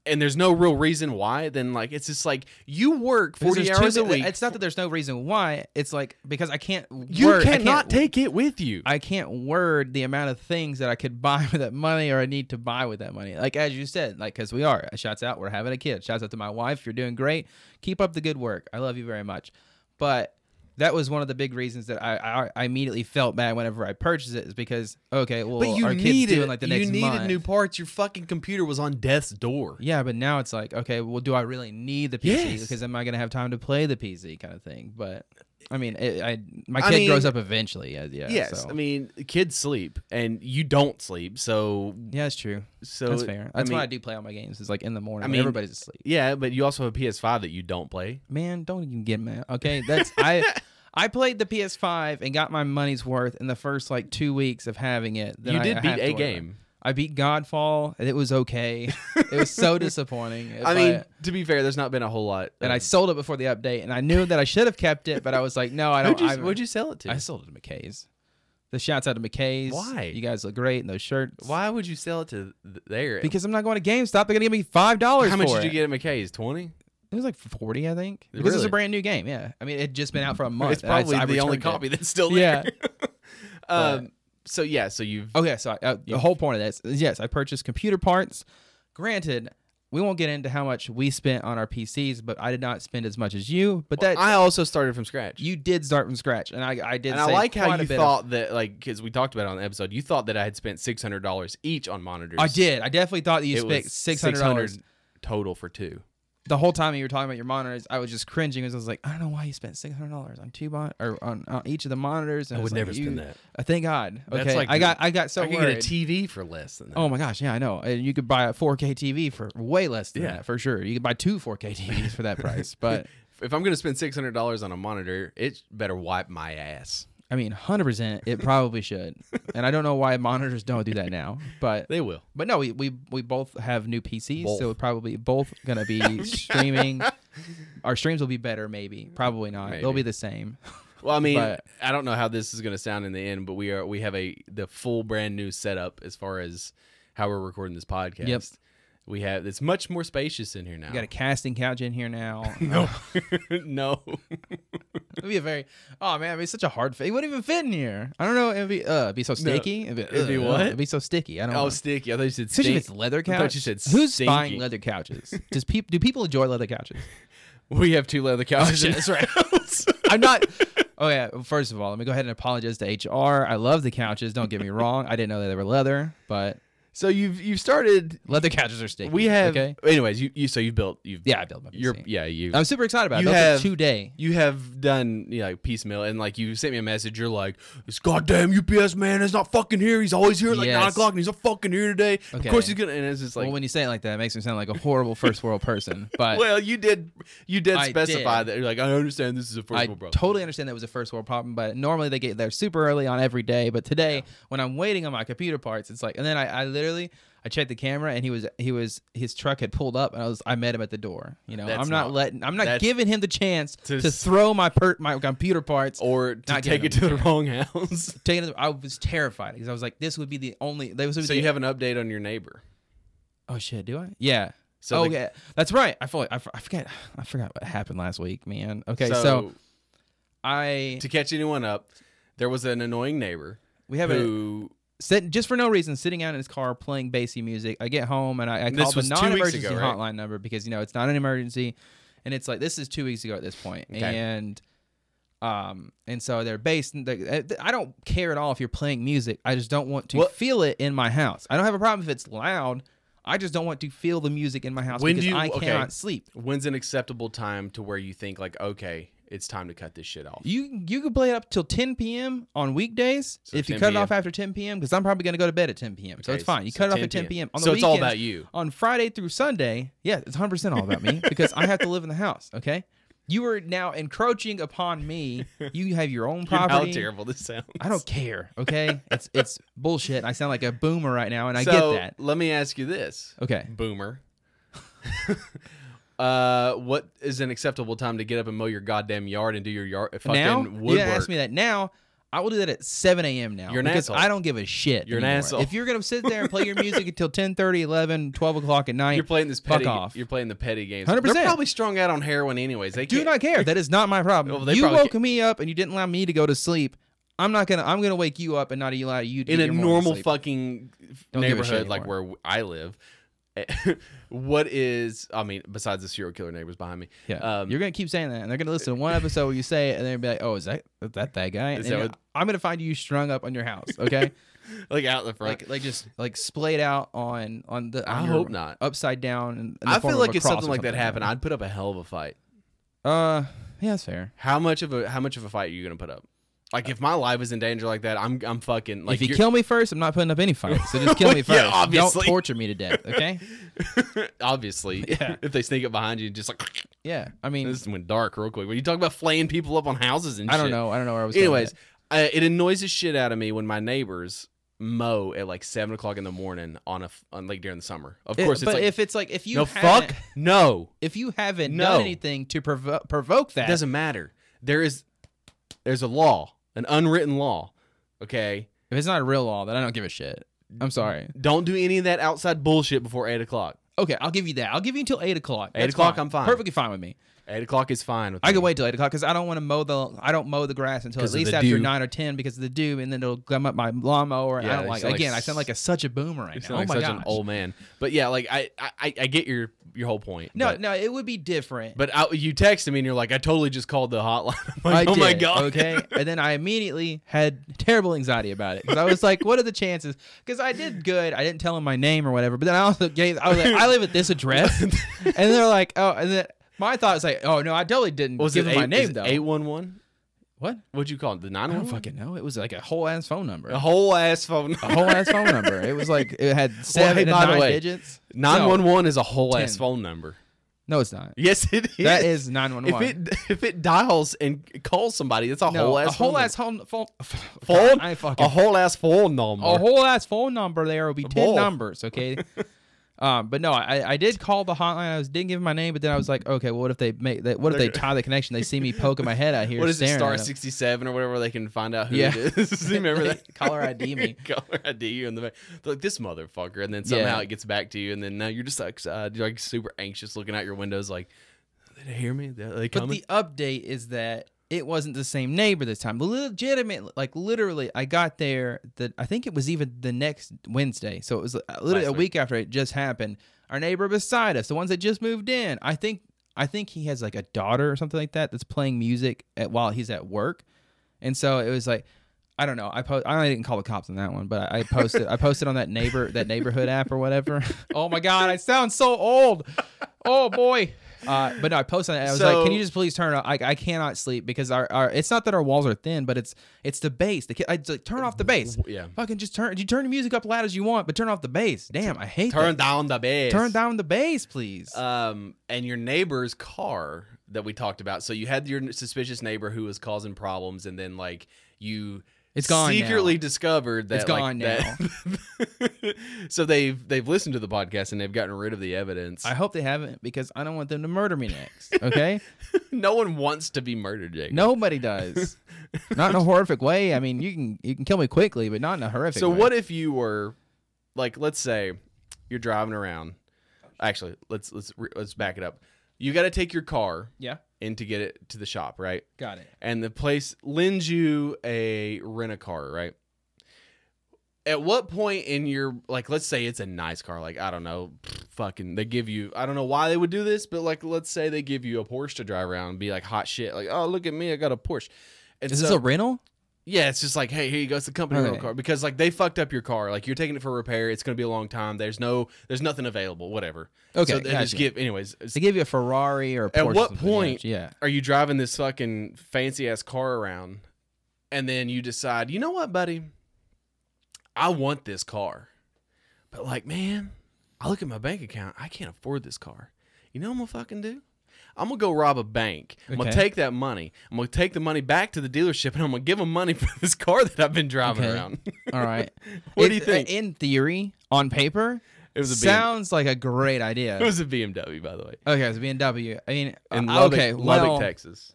Speaker 1: And there's no real reason why. Then like it's just like you work
Speaker 2: Because
Speaker 1: forty
Speaker 2: there's too
Speaker 1: hours a
Speaker 2: many-
Speaker 1: week.
Speaker 2: It's not that there's no reason why. It's like because I can't.
Speaker 1: you
Speaker 2: word, I
Speaker 1: cannot
Speaker 2: can't-
Speaker 1: take it with you.
Speaker 2: I can't word the amount of things that I could buy with that money or I need to buy with that money. Like as you said, like because we are. Shouts out, we're having a kid. Shouts out to my wife. You're doing great. Keep up the good work. I love you very much. But that was one of the big reasons that I I, I immediately felt bad whenever I purchased it is because okay, well,
Speaker 1: But you
Speaker 2: our kid's
Speaker 1: needed
Speaker 2: doing like the next
Speaker 1: you needed
Speaker 2: month.
Speaker 1: new parts. Your fucking computer was on death's door.
Speaker 2: yeah, but now it's like okay, well, do I really need the PC?
Speaker 1: Yes.
Speaker 2: Because am I gonna have time to play the PC kind of thing? But I mean, it, I my
Speaker 1: I
Speaker 2: kid grows
Speaker 1: mean-
Speaker 2: up eventually. Yeah, yeah.
Speaker 1: yes,
Speaker 2: so.
Speaker 1: I mean kids sleep and you don't sleep, so
Speaker 2: yeah, it's true.
Speaker 1: so
Speaker 2: That's fair.
Speaker 1: I
Speaker 2: That's
Speaker 1: mean,
Speaker 2: why I do play all my games. It's like in the morning.
Speaker 1: I
Speaker 2: when
Speaker 1: mean-
Speaker 2: everybody's asleep.
Speaker 1: Yeah, but you also have a PS5 that you don't play.
Speaker 2: Man, don't even get mad. Okay, that's I. I played the PS5 and got my money's worth in the first like two weeks of having it. Then
Speaker 1: you
Speaker 2: I-
Speaker 1: did
Speaker 2: I
Speaker 1: beat
Speaker 2: have to
Speaker 1: a
Speaker 2: worry about it.
Speaker 1: game.
Speaker 2: I beat Godfall and it was okay. it was so disappointing.
Speaker 1: I mean, to be fair, there's not been a whole lot.
Speaker 2: and
Speaker 1: of-
Speaker 2: I sold it before the update, and I knew that I should have kept it, but I was like, no, I don't.
Speaker 1: who'd you,
Speaker 2: I,
Speaker 1: what'd you sell it to?
Speaker 2: I sold it to McKay's. The shouts out to McKay's.
Speaker 1: Why?
Speaker 2: You guys look great in those shirts.
Speaker 1: why would you sell it to th- there?
Speaker 2: Because I'm not going to GameStop. They're gonna give me five dollars.
Speaker 1: how much
Speaker 2: for
Speaker 1: did you
Speaker 2: it.
Speaker 1: get at McKay's? Twenty.
Speaker 2: It was like 40, I think. Because it's a
Speaker 1: Really?
Speaker 2: brand new game. Yeah. I mean, it had just been out for a month.
Speaker 1: it's
Speaker 2: and I-
Speaker 1: probably
Speaker 2: I
Speaker 1: the only
Speaker 2: returned it.
Speaker 1: copy that's still
Speaker 2: Yeah.
Speaker 1: there. um. So yeah. So you've.
Speaker 2: Okay. So I, uh, the whole point of this is yes, I purchased computer parts. Granted, we won't get into how much we spent on our PCs, but I did not spend as much as you. But that
Speaker 1: I also started from scratch.
Speaker 2: you did start from scratch, and I, I did.
Speaker 1: and I
Speaker 2: save
Speaker 1: like how
Speaker 2: quite a
Speaker 1: you
Speaker 2: bit of-
Speaker 1: thought that, like, because we talked about it on the episode, you thought that I had spent six hundred dollars each on monitors.
Speaker 2: I did. I definitely thought that you
Speaker 1: It
Speaker 2: spent
Speaker 1: was
Speaker 2: six hundred dollars.
Speaker 1: $600 total for two.
Speaker 2: The whole time you were talking about your monitors, I was just cringing because I was like, I don't know why you spent six hundred dollars on two mon- or on, on each of the monitors. And
Speaker 1: I
Speaker 2: was
Speaker 1: would
Speaker 2: like,
Speaker 1: never
Speaker 2: you-
Speaker 1: spend that.
Speaker 2: Uh, thank God.
Speaker 1: That's
Speaker 2: Okay,
Speaker 1: like
Speaker 2: I
Speaker 1: the-
Speaker 2: got I got so
Speaker 1: I could
Speaker 2: worried.
Speaker 1: get a TV for less than that.
Speaker 2: Oh my gosh, yeah, I know. And you could buy a 4K TV for way less than
Speaker 1: Yeah.
Speaker 2: that, for sure. You could buy two 4K TVs for that price. But
Speaker 1: If I'm gonna spend six hundred dollars on a monitor, it better wipe my ass.
Speaker 2: I mean, 100%, it probably should. And I don't know why monitors don't do that now. But
Speaker 1: They will.
Speaker 2: but no, we we, we both have new PCs,
Speaker 1: Both.
Speaker 2: so we're probably both going to be streaming. Our streams will be better maybe. Probably not. They'll
Speaker 1: Maybe.
Speaker 2: be the same.
Speaker 1: Well, I mean,
Speaker 2: But-
Speaker 1: I don't know how this is gonna sound in the end, but we are we have a the full brand new setup as far as how we're recording this podcast.
Speaker 2: Yep.
Speaker 1: We have it's much more spacious in here now.
Speaker 2: We got a casting couch in here now.
Speaker 1: no, no.
Speaker 2: It'd be a very oh man, it'd be such a hard fit. It wouldn't even fit in here. I don't know. It'd be uh, it'd be so sticky. It'd be,
Speaker 1: It'd be
Speaker 2: uh,
Speaker 1: what?
Speaker 2: It'd be so sticky. I don't. know.
Speaker 1: Oh, sticky. I thought you said
Speaker 2: Especially
Speaker 1: stink.
Speaker 2: if it's leather
Speaker 1: I
Speaker 2: couch.
Speaker 1: thought you said
Speaker 2: Who's
Speaker 1: stinky.
Speaker 2: buying leather couches? Does peop- do people enjoy leather couches?
Speaker 1: We have two leather couches in
Speaker 2: shit.
Speaker 1: this house.
Speaker 2: I'm not. Oh yeah. First of all, let me go ahead and apologize to HR. I love the couches. Don't get me wrong. I didn't know that they were leather, but
Speaker 1: so you've you've started.
Speaker 2: leather couches are sticky.
Speaker 1: We have.
Speaker 2: Okay.
Speaker 1: Anyways, you, you so you've built you've
Speaker 2: Yeah, I built my PC.
Speaker 1: you're yeah you
Speaker 2: I'm super excited about
Speaker 1: You
Speaker 2: it. Those
Speaker 1: have-
Speaker 2: are two day.
Speaker 1: you have done you know, like piecemeal and like you sent me a message. You're like this goddamn UPS man is not fucking here. He's always here at like nine
Speaker 2: Yes.
Speaker 1: o'clock and he's not fucking here today.
Speaker 2: Okay.
Speaker 1: Of course he's gonna. And it's just like.
Speaker 2: well,
Speaker 1: Well,
Speaker 2: when you say it like that, it makes me sound like a horrible first world person. But
Speaker 1: you did, you did
Speaker 2: I
Speaker 1: specify
Speaker 2: did.
Speaker 1: that. You're like, I understand this is a first
Speaker 2: I
Speaker 1: world problem.
Speaker 2: totally understand that was a first world problem, but normally they get there super early on every day. But today, when I'm waiting on my computer parts, it's like, and then I, I literally I checked the camera and he was he was his truck had pulled up and I was I met him at the door. You know,
Speaker 1: That's
Speaker 2: I'm not,
Speaker 1: not-
Speaker 2: letting I'm not
Speaker 1: that's-
Speaker 2: giving him the chance to,
Speaker 1: To s- Oh.
Speaker 2: throw my per, my computer parts.
Speaker 1: or to
Speaker 2: Not
Speaker 1: take
Speaker 2: giving
Speaker 1: it to the wrong house.
Speaker 2: Taking it, I was terrified because I was like, this would be the only. This would be
Speaker 1: so
Speaker 2: the,
Speaker 1: you have an update on your neighbor.
Speaker 2: Oh shit, do I? Yeah.
Speaker 1: So
Speaker 2: oh
Speaker 1: the-
Speaker 2: yeah, that's right. I feel like I, f- I forget. I forgot what happened last week, man. Okay, so, I
Speaker 1: to catch anyone up, there was an annoying neighbor
Speaker 2: we have a
Speaker 1: who
Speaker 2: sit, just for no reason sitting out in his car playing bassy music. I get home and I, I
Speaker 1: This
Speaker 2: call the
Speaker 1: was two weeks
Speaker 2: non-emergency
Speaker 1: ago, right?
Speaker 2: hotline number because you know it's not an emergency, and it's like this is two weeks ago at this point,
Speaker 1: Okay.
Speaker 2: and um, and so they're based. In the, I don't care at all if you're playing music. I just don't want to
Speaker 1: What-
Speaker 2: feel it in my house. I don't have a problem if it's loud. I just don't want to feel the music in my house
Speaker 1: When do
Speaker 2: because
Speaker 1: you-
Speaker 2: I
Speaker 1: okay.
Speaker 2: cannot sleep.
Speaker 1: When's an acceptable time to where you think like, okay, it's time to cut this shit off?
Speaker 2: You you can play it up till 10 p.m. on weekdays
Speaker 1: So
Speaker 2: if you
Speaker 1: 10
Speaker 2: cut it off
Speaker 1: p.m..
Speaker 2: after 10 p.m. because I'm probably going to go to bed at 10 p.m. so
Speaker 1: Okay,
Speaker 2: it's fine. You
Speaker 1: so
Speaker 2: cut it off
Speaker 1: 10
Speaker 2: at 10 p.m. On the
Speaker 1: So it's all
Speaker 2: weekends,
Speaker 1: about you.
Speaker 2: On Friday through Sunday, yeah, it's 100 percent all about me because I have to live in the house. Okay, you are now encroaching upon me. You have your own
Speaker 1: You know
Speaker 2: property.
Speaker 1: How terrible this sounds.
Speaker 2: I don't care. Okay, it's it's bullshit. I sound like a boomer right now, and I
Speaker 1: so,
Speaker 2: get that.
Speaker 1: Let me ask you this,
Speaker 2: Okay,
Speaker 1: boomer. uh, what is an acceptable time to get up and mow your goddamn yard and do your yard fucking
Speaker 2: now
Speaker 1: woodwork?
Speaker 2: you ask me that now. I will do that at 7 a.m. now
Speaker 1: You're an
Speaker 2: because
Speaker 1: asshole.
Speaker 2: I don't give a shit.
Speaker 1: You're an
Speaker 2: anymore.
Speaker 1: asshole.
Speaker 2: If you're gonna sit there and play your music until 10, 11, 12 o'clock at night,
Speaker 1: You're playing this
Speaker 2: Fuck
Speaker 1: petty.
Speaker 2: off.
Speaker 1: You're playing the petty games.
Speaker 2: 100%.
Speaker 1: They're probably strung out on heroin anyways. They
Speaker 2: do
Speaker 1: can't-
Speaker 2: not care. That is not my problem.
Speaker 1: Well, they
Speaker 2: you
Speaker 1: probably
Speaker 2: woke
Speaker 1: can't-
Speaker 2: me up and you didn't allow me to go to sleep. I'm not gonna. I'm gonna wake you up and not allow you to
Speaker 1: in
Speaker 2: get
Speaker 1: a
Speaker 2: your morning
Speaker 1: normal
Speaker 2: sleep.
Speaker 1: fucking
Speaker 2: Don't give a shit
Speaker 1: neighborhood like where I live. eh, what is? I mean, besides the serial killer neighbors behind me.
Speaker 2: Yeah,
Speaker 1: Um,
Speaker 2: you're gonna keep saying that, and they're gonna listen to one episode where you say it, and they're gonna be like, "Oh, is that is that that guy?"
Speaker 1: Is
Speaker 2: And
Speaker 1: that
Speaker 2: you-
Speaker 1: what-
Speaker 2: I'm gonna find you strung up on your house, okay?
Speaker 1: like out the front.
Speaker 2: like like just like splayed out on on the.
Speaker 1: I
Speaker 2: on your-
Speaker 1: hope not.
Speaker 2: Upside down. In, in the
Speaker 1: I
Speaker 2: form
Speaker 1: feel
Speaker 2: of
Speaker 1: like
Speaker 2: a
Speaker 1: if
Speaker 2: cross or
Speaker 1: something like that happened, I'd put up a hell of a fight.
Speaker 2: Uh, yeah, that's fair.
Speaker 1: How much of a how much of a fight are you gonna put up? Like if my life is in danger like that, I'm I'm fucking like
Speaker 2: if you
Speaker 1: you're-
Speaker 2: kill me first, I'm not putting up any fights. So just kill me
Speaker 1: Yeah,
Speaker 2: first.
Speaker 1: obviously.
Speaker 2: Don't torture me to death. Okay.
Speaker 1: obviously
Speaker 2: Yeah.
Speaker 1: if they sneak up behind you and just like
Speaker 2: Yeah. I mean,
Speaker 1: this went dark real quick. When you talk about flaying people up on houses and
Speaker 2: I don't
Speaker 1: shit.
Speaker 2: know. I don't know where I was. going with
Speaker 1: Anyways, uh, it annoys the shit out of me when my neighbors mow at like seven o'clock in the morning on a f- on like during the summer. Of
Speaker 2: that.
Speaker 1: course,
Speaker 2: It-
Speaker 1: it's
Speaker 2: but
Speaker 1: like
Speaker 2: if it's like if you
Speaker 1: no
Speaker 2: haven't-
Speaker 1: fuck no.
Speaker 2: if you haven't
Speaker 1: No.
Speaker 2: done anything to provo- provoke that,
Speaker 1: It doesn't matter. There is there's a law, an unwritten law. Okay,
Speaker 2: if it's not a real law, then I don't give a shit. I'm sorry.
Speaker 1: don't do any of that outside bullshit before eight o'clock.
Speaker 2: Okay, I'll give you that. I'll give you until eight o'clock.
Speaker 1: Eight
Speaker 2: That's
Speaker 1: o'clock, I'm fine.
Speaker 2: Perfectly fine with me.
Speaker 1: Eight o'clock is fine. With
Speaker 2: I
Speaker 1: me.
Speaker 2: can wait till eight o'clock because I don't want to mow the I don't mow the grass until
Speaker 1: 'Cause
Speaker 2: at
Speaker 1: of
Speaker 2: least
Speaker 1: the
Speaker 2: after
Speaker 1: dew.
Speaker 2: nine or ten because of the dew, and then it'll gum up my lawnmower. And
Speaker 1: Yeah,
Speaker 2: I don't
Speaker 1: you
Speaker 2: like
Speaker 1: sound like
Speaker 2: again. I
Speaker 1: s-
Speaker 2: sound like a such a boomer
Speaker 1: You
Speaker 2: right now.
Speaker 1: sound
Speaker 2: Oh
Speaker 1: like
Speaker 2: my
Speaker 1: such
Speaker 2: gosh.
Speaker 1: an old man. But yeah, like I I, I- I get your your whole point.
Speaker 2: no,
Speaker 1: but,
Speaker 2: no, it would be different.
Speaker 1: But I, you texted me and you're like, I totally just called the hotline. I'm like,
Speaker 2: I
Speaker 1: oh my
Speaker 2: did,
Speaker 1: god.
Speaker 2: Okay. And then I immediately had terrible anxiety about it because I was like, what are the chances? Because I did good. I didn't tell him my name or whatever. But then I also gave, I was like, I live at this address. and they're like, oh, and then my thought was like, oh, no, I totally didn't
Speaker 1: Was
Speaker 2: give
Speaker 1: it Oh.
Speaker 2: him my name, though.
Speaker 1: Eight one one.
Speaker 2: what?
Speaker 1: What'd you call it? The nine
Speaker 2: I
Speaker 1: one
Speaker 2: don't
Speaker 1: one.
Speaker 2: fucking know. It was like a whole ass phone number.
Speaker 1: A whole ass phone.
Speaker 2: A whole ass phone number. It was like, it had seven
Speaker 1: by
Speaker 2: and
Speaker 1: the
Speaker 2: nine
Speaker 1: way,
Speaker 2: digits.
Speaker 1: Nine one one is a whole ass
Speaker 2: 10.
Speaker 1: phone number.
Speaker 2: No, it's not.
Speaker 1: Yes, it is.
Speaker 2: That is nine one
Speaker 1: If
Speaker 2: one.
Speaker 1: it if it dials and calls somebody, it's a
Speaker 2: No,
Speaker 1: whole ass
Speaker 2: a whole
Speaker 1: phone
Speaker 2: ass phone phone.
Speaker 1: number. phone.
Speaker 2: I fucking
Speaker 1: a whole ass phone number.
Speaker 2: a whole ass phone number there will be 10
Speaker 1: Bull.
Speaker 2: numbers okay um but no I, I did call the hotline i was didn't give my name but then i was like okay well, what if they make that what if they tie the connection they see me poking my head out here
Speaker 1: what is it?
Speaker 2: staring
Speaker 1: Star
Speaker 2: at 'em.
Speaker 1: sixty seven or whatever. They can find out who
Speaker 2: Yeah.
Speaker 1: it is. Remember that?
Speaker 2: Caller ID me.
Speaker 1: Caller ID you in the back. They're like this motherfucker, and then somehow
Speaker 2: Yeah.
Speaker 1: it gets back to you, and then now you're just like, uh, you're like super anxious, looking out your windows, like, did they hear me? Are they
Speaker 2: but
Speaker 1: coming?
Speaker 2: the update is that it wasn't the same neighbor this time legitimate like literally i got there that i think it was even the next wednesday so it was uh, literally
Speaker 1: Last
Speaker 2: a
Speaker 1: week.
Speaker 2: week after it just happened our neighbor beside us the ones that just moved in i think i think he has like a daughter or something like that that's playing music at, while he's at work and so it was like I don't know. I post. I didn't call the cops on that one, but I, I posted. I posted on that neighbor that neighborhood app or whatever. Oh my god, I sound so old. Oh boy. Uh, but no, I posted. On it. I was like,
Speaker 1: So-
Speaker 2: "Can you just please turn? Off? I I cannot sleep because our, our it's not that our walls are thin, but it's it's the bass. The, ki- I like, turn off the bass.
Speaker 1: yeah.
Speaker 2: Fucking just turn. You turn the music up loud as you want, but turn off the bass. Damn, I hate
Speaker 1: Turn
Speaker 2: that.
Speaker 1: down the bass.
Speaker 2: Turn down the bass, please.
Speaker 1: Um, and your neighbor's car that we talked about. So you had your suspicious neighbor who was causing problems, and then like you,
Speaker 2: It's gone now.
Speaker 1: Secretly discovered that
Speaker 2: It's
Speaker 1: like,
Speaker 2: gone
Speaker 1: that- so they've they've listened to the podcast and they've gotten rid of the evidence.
Speaker 2: I hope they haven't because I don't want them to murder me next. Okay.
Speaker 1: no one wants to be murdered, Jake.
Speaker 2: Nobody does. not in a horrific way. I mean, you can you can kill me quickly, but not in a horrific.
Speaker 1: So
Speaker 2: way.
Speaker 1: what if you were like let's say you're driving around. Actually, let's let's re- let's back it up. You got to take your car
Speaker 2: Yeah,
Speaker 1: in to get it to the shop, right?
Speaker 2: got it.
Speaker 1: And the place lends you a rent a car, right? at what point in your like let's say it's a nice car like i don't know pfft, fucking they give you i don't know why they would do this but like let's say they give you a porsche to drive around and be like hot shit like oh look at me i got a porsche and
Speaker 2: Is
Speaker 1: so,
Speaker 2: this a rental?
Speaker 1: yeah it's just like hey here you go it's the company rental
Speaker 2: Right.
Speaker 1: car because like they fucked up your car like you're taking it for repair it's going to be a long time there's no there's nothing available whatever
Speaker 2: Okay,
Speaker 1: so they
Speaker 2: gotcha.
Speaker 1: just give anyways
Speaker 2: They give you a Ferrari or a
Speaker 1: At
Speaker 2: Porsche or
Speaker 1: what
Speaker 2: something, yeah,
Speaker 1: point-
Speaker 2: Yeah.
Speaker 1: are you driving this fucking fancy ass car around and then you decide, you know what, buddy? I want this car. But like, man, I look at my bank account, I can't afford this car. You know what I'm gonna fucking do? I'm gonna go rob a bank. I'm gonna
Speaker 2: Okay.
Speaker 1: take that money. I'm gonna take the money back to the dealership and I'm gonna give them money for this car that I've been driving
Speaker 2: Okay.
Speaker 1: around.
Speaker 2: All right.
Speaker 1: What
Speaker 2: It-
Speaker 1: do you think?
Speaker 2: In theory, on paper,
Speaker 1: It was a BM
Speaker 2: sounds like a great idea.
Speaker 1: it was a BMW, by the way.
Speaker 2: okay, it's a BMW. I mean,
Speaker 1: In
Speaker 2: uh,
Speaker 1: Lubbock,
Speaker 2: okay,
Speaker 1: Lubbock,
Speaker 2: well,
Speaker 1: Texas.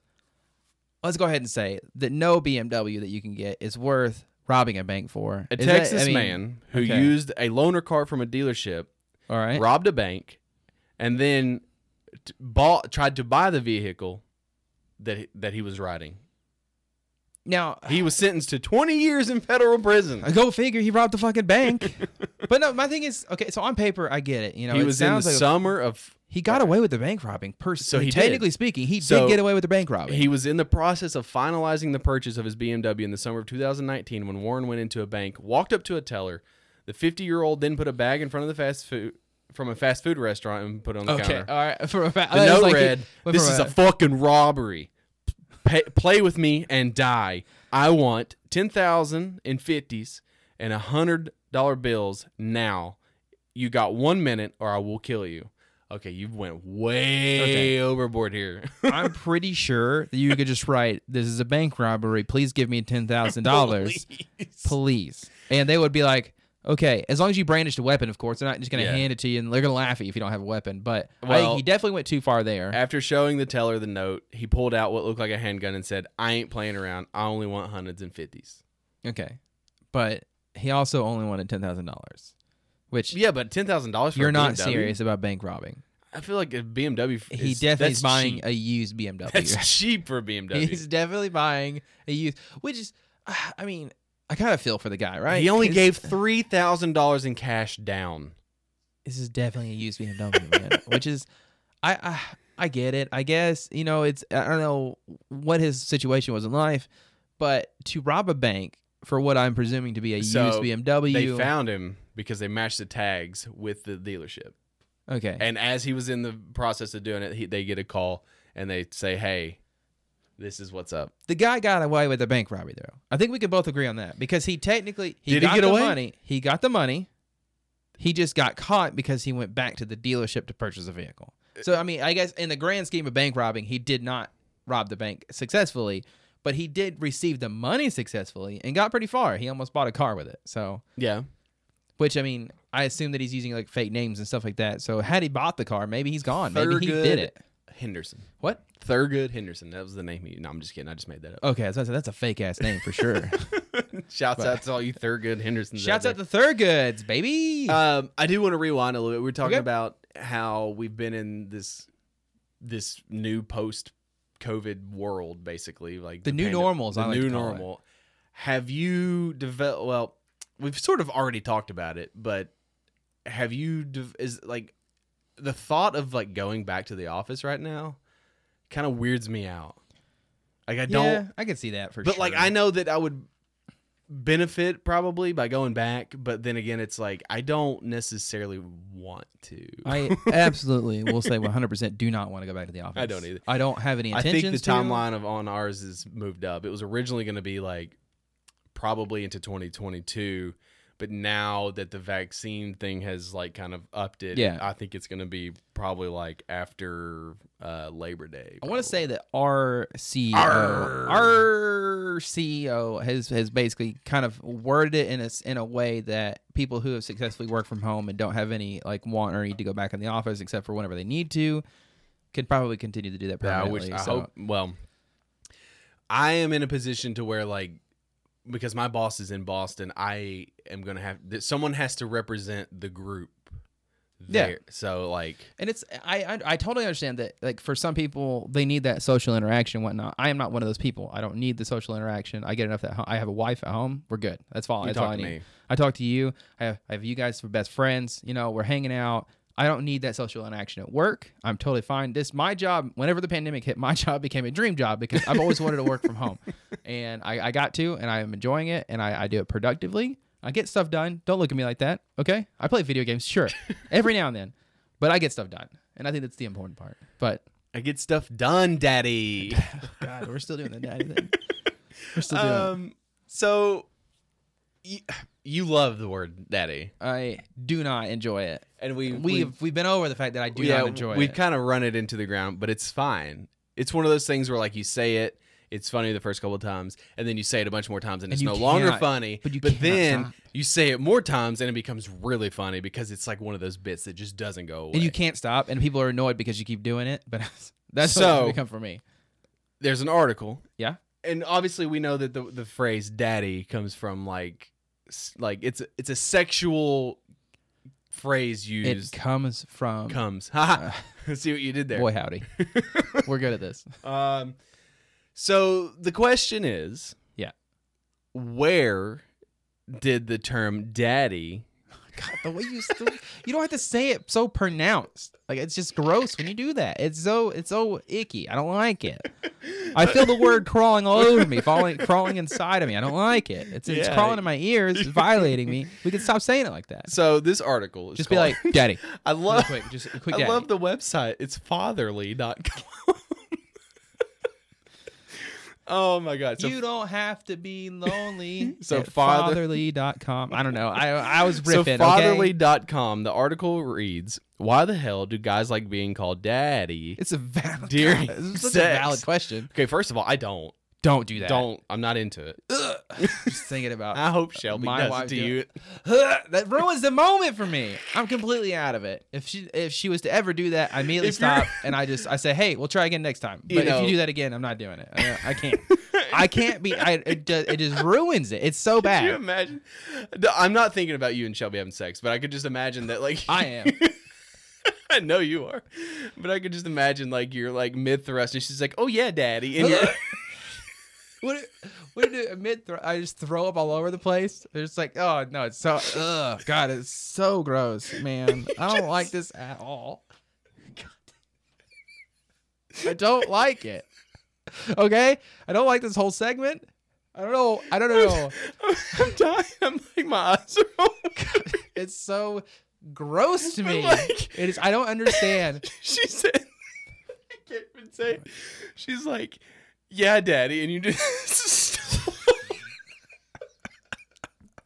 Speaker 2: let's go ahead and say that no BMW that you can get is worth robbing a bank for.
Speaker 1: A
Speaker 2: Is that- I
Speaker 1: Texas
Speaker 2: mean,
Speaker 1: man who
Speaker 2: okay.
Speaker 1: used a loaner car from a dealership
Speaker 2: All right.
Speaker 1: robbed a bank, and then t- bought tried to buy the vehicle that he, that he was riding.
Speaker 2: Now,
Speaker 1: He was sentenced to 20 years in federal prison.
Speaker 2: go figure. He robbed the fucking bank. but no, my thing is okay. So on paper, I get it. You know,
Speaker 1: he
Speaker 2: it
Speaker 1: was in the
Speaker 2: sounds like a-
Speaker 1: summer of
Speaker 2: he got away with the bank robbing. Per-
Speaker 1: So he did.
Speaker 2: technically speaking, he
Speaker 1: So
Speaker 2: did get away with the bank robbing.
Speaker 1: he was in the process of finalizing the purchase of his BMW in the summer of 2019 when Warren went into a bank, walked up to a teller. The 50-year-old then put a bag in front of the fast food from a fast food restaurant and put it on the
Speaker 2: okay.
Speaker 1: counter.
Speaker 2: All right. For a fact,
Speaker 1: The
Speaker 2: that was
Speaker 1: note
Speaker 2: like he-
Speaker 1: read,
Speaker 2: went
Speaker 1: "This
Speaker 2: from
Speaker 1: is a fucking robbery. Pay, play with me and die. I want ten thousand in fifties and a hundred dollar bills now. You got one minute, or I will kill you." Okay, you went way
Speaker 2: Okay.
Speaker 1: overboard here.
Speaker 2: I'm pretty sure that you could just write, "This is a bank robbery. Please give me ten thousand dollars, please." And they would be like, "Okay, as long as you brandished a weapon, of course. They're not just going to
Speaker 1: Yeah.
Speaker 2: hand it to you, and they're going to laugh at you if you don't have a weapon." But I think
Speaker 1: Well-
Speaker 2: he definitely went too far there.
Speaker 1: After showing the teller the note, he pulled out what looked like a handgun and said, "I ain't playing around. I only want hundreds and fifties.
Speaker 2: Okay, but he also only wanted ten thousand dollars, which
Speaker 1: Yeah, but ten thousand dollars for a
Speaker 2: you're not
Speaker 1: BMW?
Speaker 2: serious about bank robbing.
Speaker 1: I feel like a BMW. f-
Speaker 2: He
Speaker 1: is-
Speaker 2: definitely
Speaker 1: that's
Speaker 2: is buying
Speaker 1: cheap.
Speaker 2: a used BMW.
Speaker 1: That's cheap for a BMW.
Speaker 2: He's definitely buying a used, which is, I mean, I kind of feel for the guy, right?
Speaker 1: He only
Speaker 2: It's-
Speaker 1: gave three thousand dollars in cash down.
Speaker 2: this is definitely a used BMW, man. Which is, I, I I get it. I guess you know it's I don't know what his situation was in life, but to rob a bank for what I'm presuming to be a
Speaker 1: So,
Speaker 2: used BMW.
Speaker 1: They found him because they matched the tags with the dealership.
Speaker 2: okay.
Speaker 1: And as he was in the process of doing it, he, they get a call and they say, "Hey, this is what's up."
Speaker 2: the guy got away with the bank robbery though. I think we could both agree on that because he technically he
Speaker 1: Did he
Speaker 2: got
Speaker 1: get
Speaker 2: the
Speaker 1: away?
Speaker 2: money. He got the money. He just got caught because he went back to the dealership to purchase a vehicle. So I mean, I guess in the grand scheme of bank robbing, he did not rob the bank successfully, but he did receive the money successfully and got pretty far. He almost bought a car with it. So,
Speaker 1: Yeah,
Speaker 2: which I mean, I assume that he's using like fake names and stuff like that. So had he bought the car, maybe he's gone. Maybe he did
Speaker 1: Thurgood.
Speaker 2: it.
Speaker 1: Henderson,
Speaker 2: What?
Speaker 1: Thurgood Henderson. That was the name. He, no, I'm just kidding. I just made that up.
Speaker 2: Okay, I was about to say, that's a fake ass name for sure.
Speaker 1: Shouts out to all you Thurgood Hendersons.
Speaker 2: Shouts
Speaker 1: out
Speaker 2: out to Thurgoods, baby.
Speaker 1: Um, I do want to rewind a little bit. We are talking
Speaker 2: Okay.
Speaker 1: about how we've been in this this new post COVID world, basically, like
Speaker 2: The new normals,
Speaker 1: The
Speaker 2: I like
Speaker 1: new
Speaker 2: to call it.
Speaker 1: normal. Have you developed? Well, we've sort of already talked about it, but have you? De- is like the thought of like going back to the office right now kind of weirds me out. Like I don't
Speaker 2: I can see that for
Speaker 1: but
Speaker 2: sure.
Speaker 1: like I know that I would benefit probably by going back, but then again, it's like I don't necessarily want to.
Speaker 2: I absolutely will say 100% do not want to go back to the office.
Speaker 1: don't either.
Speaker 2: I don't have any
Speaker 1: I
Speaker 2: intentions.
Speaker 1: think the
Speaker 2: to.
Speaker 1: timeline of on ours is moved up. It was originally going to be like probably into 2022, but now that the vaccine thing has like kind of upped it,
Speaker 2: Yeah.
Speaker 1: I think it's going to be probably like after uh, Labor Day.
Speaker 2: I want to say that our CEO,
Speaker 1: Arr.
Speaker 2: our CEO has has basically kind of worded it in a s- in a way that people who have successfully worked from home and don't have any like want or need to go back in the office except for whenever they need to, could probably continue to do that
Speaker 1: Yeah, which
Speaker 2: permanently.
Speaker 1: I
Speaker 2: so-
Speaker 1: hope. Well, I am in a position to where like because my boss is in Boston, I am gonna have that someone has to represent the group.
Speaker 2: Yeah.
Speaker 1: there. So like
Speaker 2: And it's I, I I totally understand that like for some people they need that social interaction and whatnot. I am not one of those people. I don't need the social interaction. I get enough that I have a wife at home. We're good. That's all.
Speaker 1: You
Speaker 2: that's
Speaker 1: talk
Speaker 2: all I
Speaker 1: to
Speaker 2: need.
Speaker 1: me.
Speaker 2: I talk to you. I have I have you guys for best friends. You know we're hanging out. I don't need that social interaction at work. I'm totally fine. This my job. Whenever the pandemic hit, my job became a dream job because I've always wanted to work from home, and I, I got to, and I am enjoying it, and I, I do it productively. I get stuff done. Don't look at me like that, okay? I play video games, sure, every now and then, but I get stuff done, and I think that's the important part. But
Speaker 1: I get stuff done, Daddy.
Speaker 2: God, we're still doing the daddy thing. We're still doing. it.
Speaker 1: um, so you, you love the word daddy,
Speaker 2: I do not enjoy it.
Speaker 1: and we
Speaker 2: We've we've been over the fact that I do not enjoy
Speaker 1: we've
Speaker 2: it.
Speaker 1: kind of run it into the ground, but it's fine. It's one of those things where like you say it, it's funny the first couple of times, and then you say it a bunch more times, and, it's
Speaker 2: you
Speaker 1: no longer
Speaker 2: cannot-
Speaker 1: funny.
Speaker 2: but you cannot
Speaker 1: then
Speaker 2: stop.
Speaker 1: you say it more times, and it becomes really funny because it's like one of those bits that just doesn't go away.
Speaker 2: and you can't stop, and people are annoyed because you keep doing it. But that's so,
Speaker 1: So-
Speaker 2: what it's become for me.
Speaker 1: There's an article,
Speaker 2: Yeah.
Speaker 1: and obviously we know that the the phrase "daddy" comes from like s- like it's a- it's a sexual phrase
Speaker 2: It Uh,
Speaker 1: used
Speaker 2: comes from
Speaker 1: comes. Ha! ha. See what you did there.
Speaker 2: boy howdy. We're good at this.
Speaker 1: Um, so the question is,
Speaker 2: Yeah.
Speaker 1: where did the term "daddy"?
Speaker 2: God, the way you still, you don't have to say it so pronounced. Like it's just gross when you do that. It's so it's so icky. I don't like it. I feel the word crawling all over me, falling crawling inside of me. I don't like it. It's it's
Speaker 1: Yeah.
Speaker 2: crawling in my ears, it's violating me. We can stop saying it like that.
Speaker 1: So this article is
Speaker 2: Just be
Speaker 1: called-
Speaker 2: like, Daddy.
Speaker 1: I
Speaker 2: Real
Speaker 1: love.
Speaker 2: quick, just a quick.
Speaker 1: I
Speaker 2: Daddy.
Speaker 1: love the website. It's fatherly.com. oh my god! So
Speaker 2: you don't have to be lonely.
Speaker 1: So
Speaker 2: at
Speaker 1: father-
Speaker 2: fatherly.com. I don't know. I I was
Speaker 1: So
Speaker 2: ripping. okay?
Speaker 1: fatherly.com, the article reads, Why the hell do guys like being called daddy?
Speaker 2: It's a valid.
Speaker 1: During
Speaker 2: God, this is such
Speaker 1: sex.
Speaker 2: a valid question.
Speaker 1: Okay, first of all, I don't.
Speaker 2: Don't do that.
Speaker 1: Don't. I'm not into it.
Speaker 2: Just thinking about.
Speaker 1: I hope Shelby
Speaker 2: My
Speaker 1: does it
Speaker 2: wife
Speaker 1: to
Speaker 2: do
Speaker 1: you.
Speaker 2: that ruins the moment for me. I'm completely out of it. If she if she was to ever do that, I immediately
Speaker 1: If you're-
Speaker 2: stop and I just I say, hey, we'll try again next time. But
Speaker 1: You
Speaker 2: if
Speaker 1: know-
Speaker 2: you do that again, I'm not doing it. I, I can't. I can't be. I it just, it just ruins it. It's so
Speaker 1: Can you
Speaker 2: bad.
Speaker 1: imagine? No, I'm not thinking about you and Shelby having sex, but I could just imagine that, like,
Speaker 2: I am.
Speaker 1: I know you are, but I could just imagine like you're like mid thrust, and she's like, "Oh yeah, daddy," and you're,
Speaker 2: What do- what do you do? Admit, thro- I just throw up all over the place. It's like, oh no, it's so, ugh, God, it's so gross, man. I don't like this at all. I don't like it. Okay, I don't like this whole segment. I don't know. I don't know.
Speaker 1: I'm dying. I'm like my eyes are open.
Speaker 2: It's so gross to
Speaker 1: But,
Speaker 2: me.
Speaker 1: like-
Speaker 2: It is. I don't understand.
Speaker 1: she said, I can't even say. it. She's like, yeah, daddy. And you just.